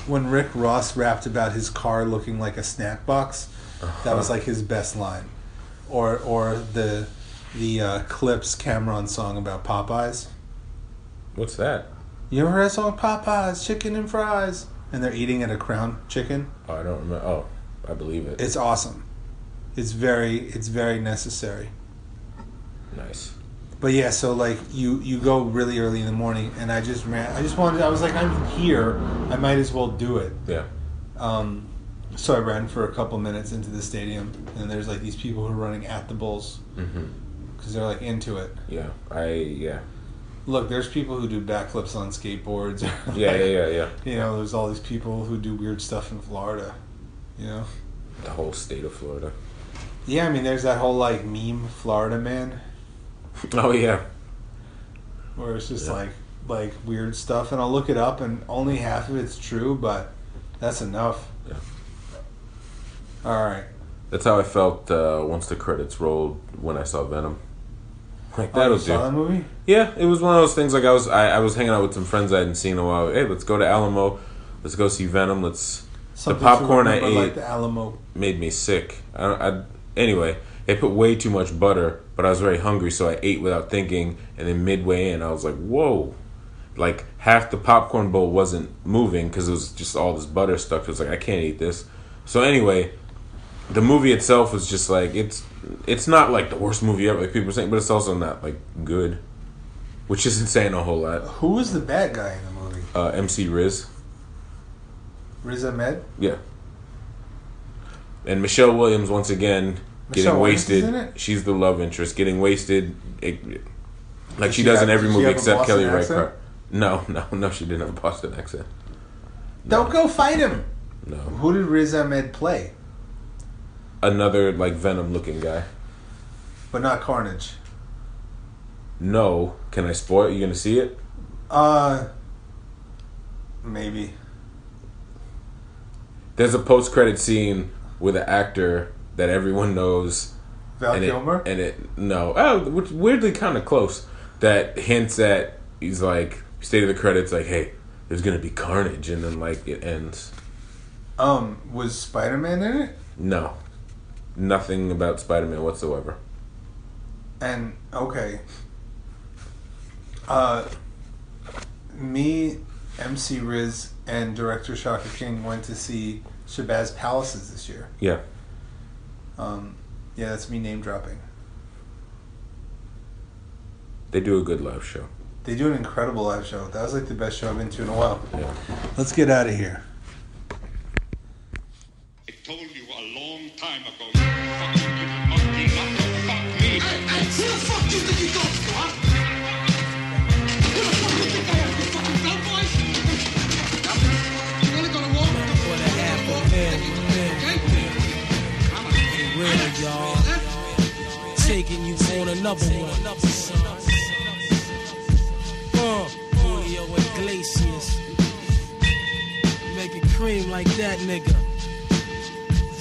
Speaker 1: when Rick Ross rapped about his car looking like a snack box, that
Speaker 2: Uh-huh.
Speaker 1: was like his best line. Or or the the uh, Clips Cameron song about Popeyes.
Speaker 2: What's that?
Speaker 1: You ever heard that song Popeyes chicken and fries? And they're eating at a Crown Chicken.
Speaker 2: Oh, I don't remember. Oh, I believe it.
Speaker 1: It's awesome. It's very it's very necessary.
Speaker 2: nice.
Speaker 1: But yeah, so like you you go really early in the morning, and I just ran. I just wanted. I was like, I'm here. I might as well do it.
Speaker 2: Yeah.
Speaker 1: Um, So I ran for a couple minutes into the stadium, and there's like these people who are running at the Bulls
Speaker 2: Mm-hmm.
Speaker 1: because they're like into it.
Speaker 2: Yeah, I yeah
Speaker 1: Look, there's people who do backflips on skateboards.
Speaker 2: yeah yeah yeah yeah.
Speaker 1: You know, there's all these people who do weird stuff in Florida. You know.
Speaker 2: The whole state of Florida.
Speaker 1: Yeah, I mean, there's that whole like meme Florida man,
Speaker 2: Oh yeah,
Speaker 1: where it's just
Speaker 2: Yeah.
Speaker 1: like like weird stuff, and I'll look it up, and only half of it's true, but that's enough.
Speaker 2: Yeah.
Speaker 1: All right.
Speaker 2: that's how I felt uh, once the credits rolled when I saw Venom. Like
Speaker 1: Oh,
Speaker 2: that'll
Speaker 1: you
Speaker 2: do.
Speaker 1: saw that movie?
Speaker 2: Yeah, it was one of those things. Like I was, I, I was hanging out with some friends I hadn't seen in a while. Hey, let's go to Alamo. Let's go see Venom. Let's
Speaker 1: Something to
Speaker 2: popcorn I
Speaker 1: remember,
Speaker 2: ate-
Speaker 1: like the Alamo.
Speaker 2: made me sick. I, don't- I anyway, they put way too much butter, but I was very hungry, so I ate without thinking. And then midway in, I was like, "Whoa!" Like half the popcorn bowl wasn't moving because it was just all this butter stuck. It was like I can't eat this. So anyway, the movie itself was just like it's it's not like the worst movie ever, like people are saying, but it's also not like good, which isn't saying a whole lot.
Speaker 1: Who was the bad guy in the movie?
Speaker 2: Uh, MC Riz,
Speaker 1: Riz Ahmed.
Speaker 2: yeah, and Michelle Williams once again getting
Speaker 1: Michelle Williams is
Speaker 2: wasted.
Speaker 1: in it?
Speaker 2: She's the love interest getting wasted, it, like
Speaker 1: Does she
Speaker 2: she does
Speaker 1: have-
Speaker 2: in every
Speaker 1: does she
Speaker 2: movie
Speaker 1: have a
Speaker 2: except
Speaker 1: Boston
Speaker 2: Kelly Ray
Speaker 1: accent?
Speaker 2: Car- No, no, no, she didn't have a Boston accent.
Speaker 1: Don't go fight him.
Speaker 2: No,
Speaker 1: Who did Riz Ahmed play?
Speaker 2: another like Venom looking guy.
Speaker 1: But not Carnage.
Speaker 2: No, can I spoil? it? You gonna see it?
Speaker 1: Uh, maybe.
Speaker 2: There's a post credit scene with an actor that everyone knows
Speaker 1: Val
Speaker 2: and
Speaker 1: Kilmer.
Speaker 2: It, and it no, oh, which weirdly kind of close. That hints at he's like state of the credits, like hey, there's gonna be carnage, and then like it ends.
Speaker 1: um, was Spider Man in it?
Speaker 2: No, nothing about Spider Man whatsoever.
Speaker 1: And okay. Uh, me, MC Riz, and director Shaka King went to see Shabazz Palaces this year.
Speaker 2: Yeah,
Speaker 1: Um, yeah, that's me name dropping.
Speaker 2: they do a good live show.
Speaker 1: They do an incredible live show. That was like the best show I've been to in a while.
Speaker 2: Yeah.
Speaker 1: Let's get out of here.
Speaker 3: I told you a long time ago, you fucking little monkey, not to fuck me.
Speaker 4: Hey, hey, who the fuck do you think you go? Huh? Who the fuck do you think I am? You fucking dumb boy? You wanna go to war? What a happened, man.
Speaker 5: real, y'all. Taking you on another one. Uh, Julio Iglesias. Make it cream like that, nigga.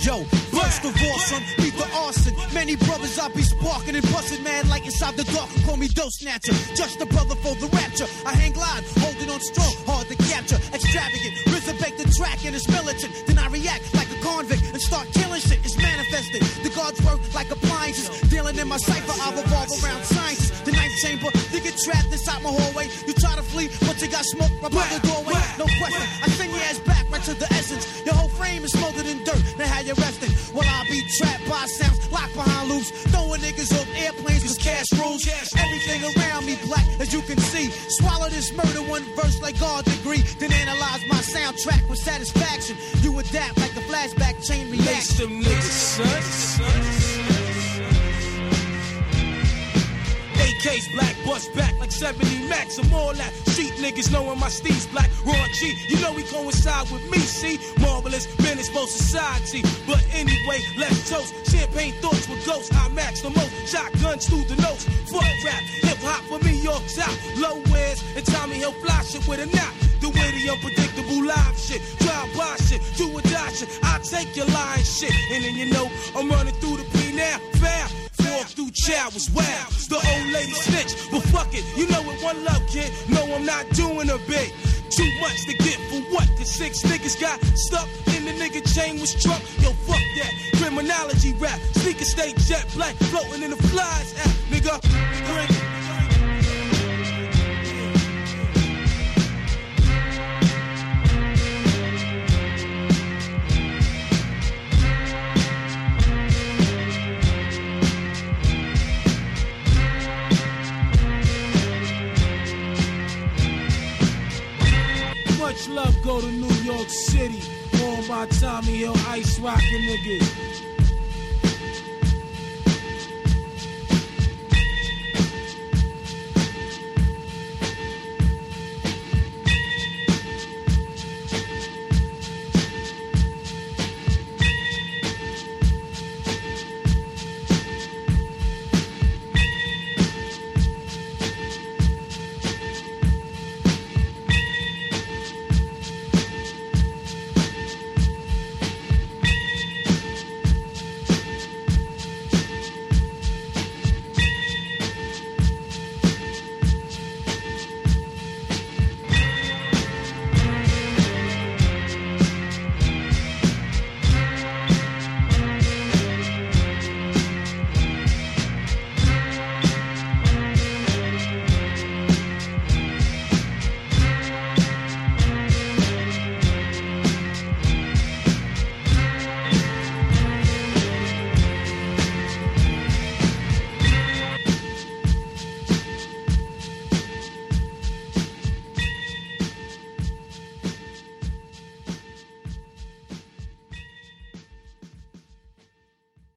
Speaker 6: Yo, first of all, son, beat the arson. Many brothers I be sparking and busting mad like inside the dark. and Call me dough snatcher, just a brother for the rapture. I hang glide, holding on strong, hard to capture. Extravagant, resurrect the track and it's militant. Then I react like a convict and start killing shit. It's manifested. The guards work like appliances. Dealing in my cipher, I revolve around sciences. The ninth chamber, they get trapped inside my hallway. You try to flee, but you got smoked right by the doorway. No question, I send your ass back right to the essence. Your whole frame is smothered in dirt. Now how you resting? Well, I'll be trapped by sounds locked behind loops. Throwing niggas off airplanes cause cash rules. Everything around me black, as you can see. Swallow this murder one verse like God degree. Then analyze my soundtrack with satisfaction. You adapt like a flashback chain
Speaker 5: Lace
Speaker 6: reaction.
Speaker 5: them niggas, son. AKs black, bust back like 70 max. I'm all that street niggas knowing my steve's black. Raw G, you know he coincide with me, see? Marvelous, for society. But anyway, let's toast. Champagne thoughts with ghosts. I max the most. Shotguns through the nose. Fuck rap, hip hop for me, York top. Low wears and Tommy Hill fly shit with a knot. The way the unpredictable live shit. Drive by shit, do or die shit. I take your lying shit. And then you know, I'm running through the P now. Foul. Walk through showers, wow. The old lady snitch, but fuck it. You know it, one love, kid. No, I'm not doing a bit. Too much to get for what? The six niggas got stuck in the nigga chain was truck. Yo, fuck that. Criminology rap. Sneaker stay jet black, floating in the flies. app, nigga. Drink. Much love go to New York City. All my Tommy on ice rocking niggas.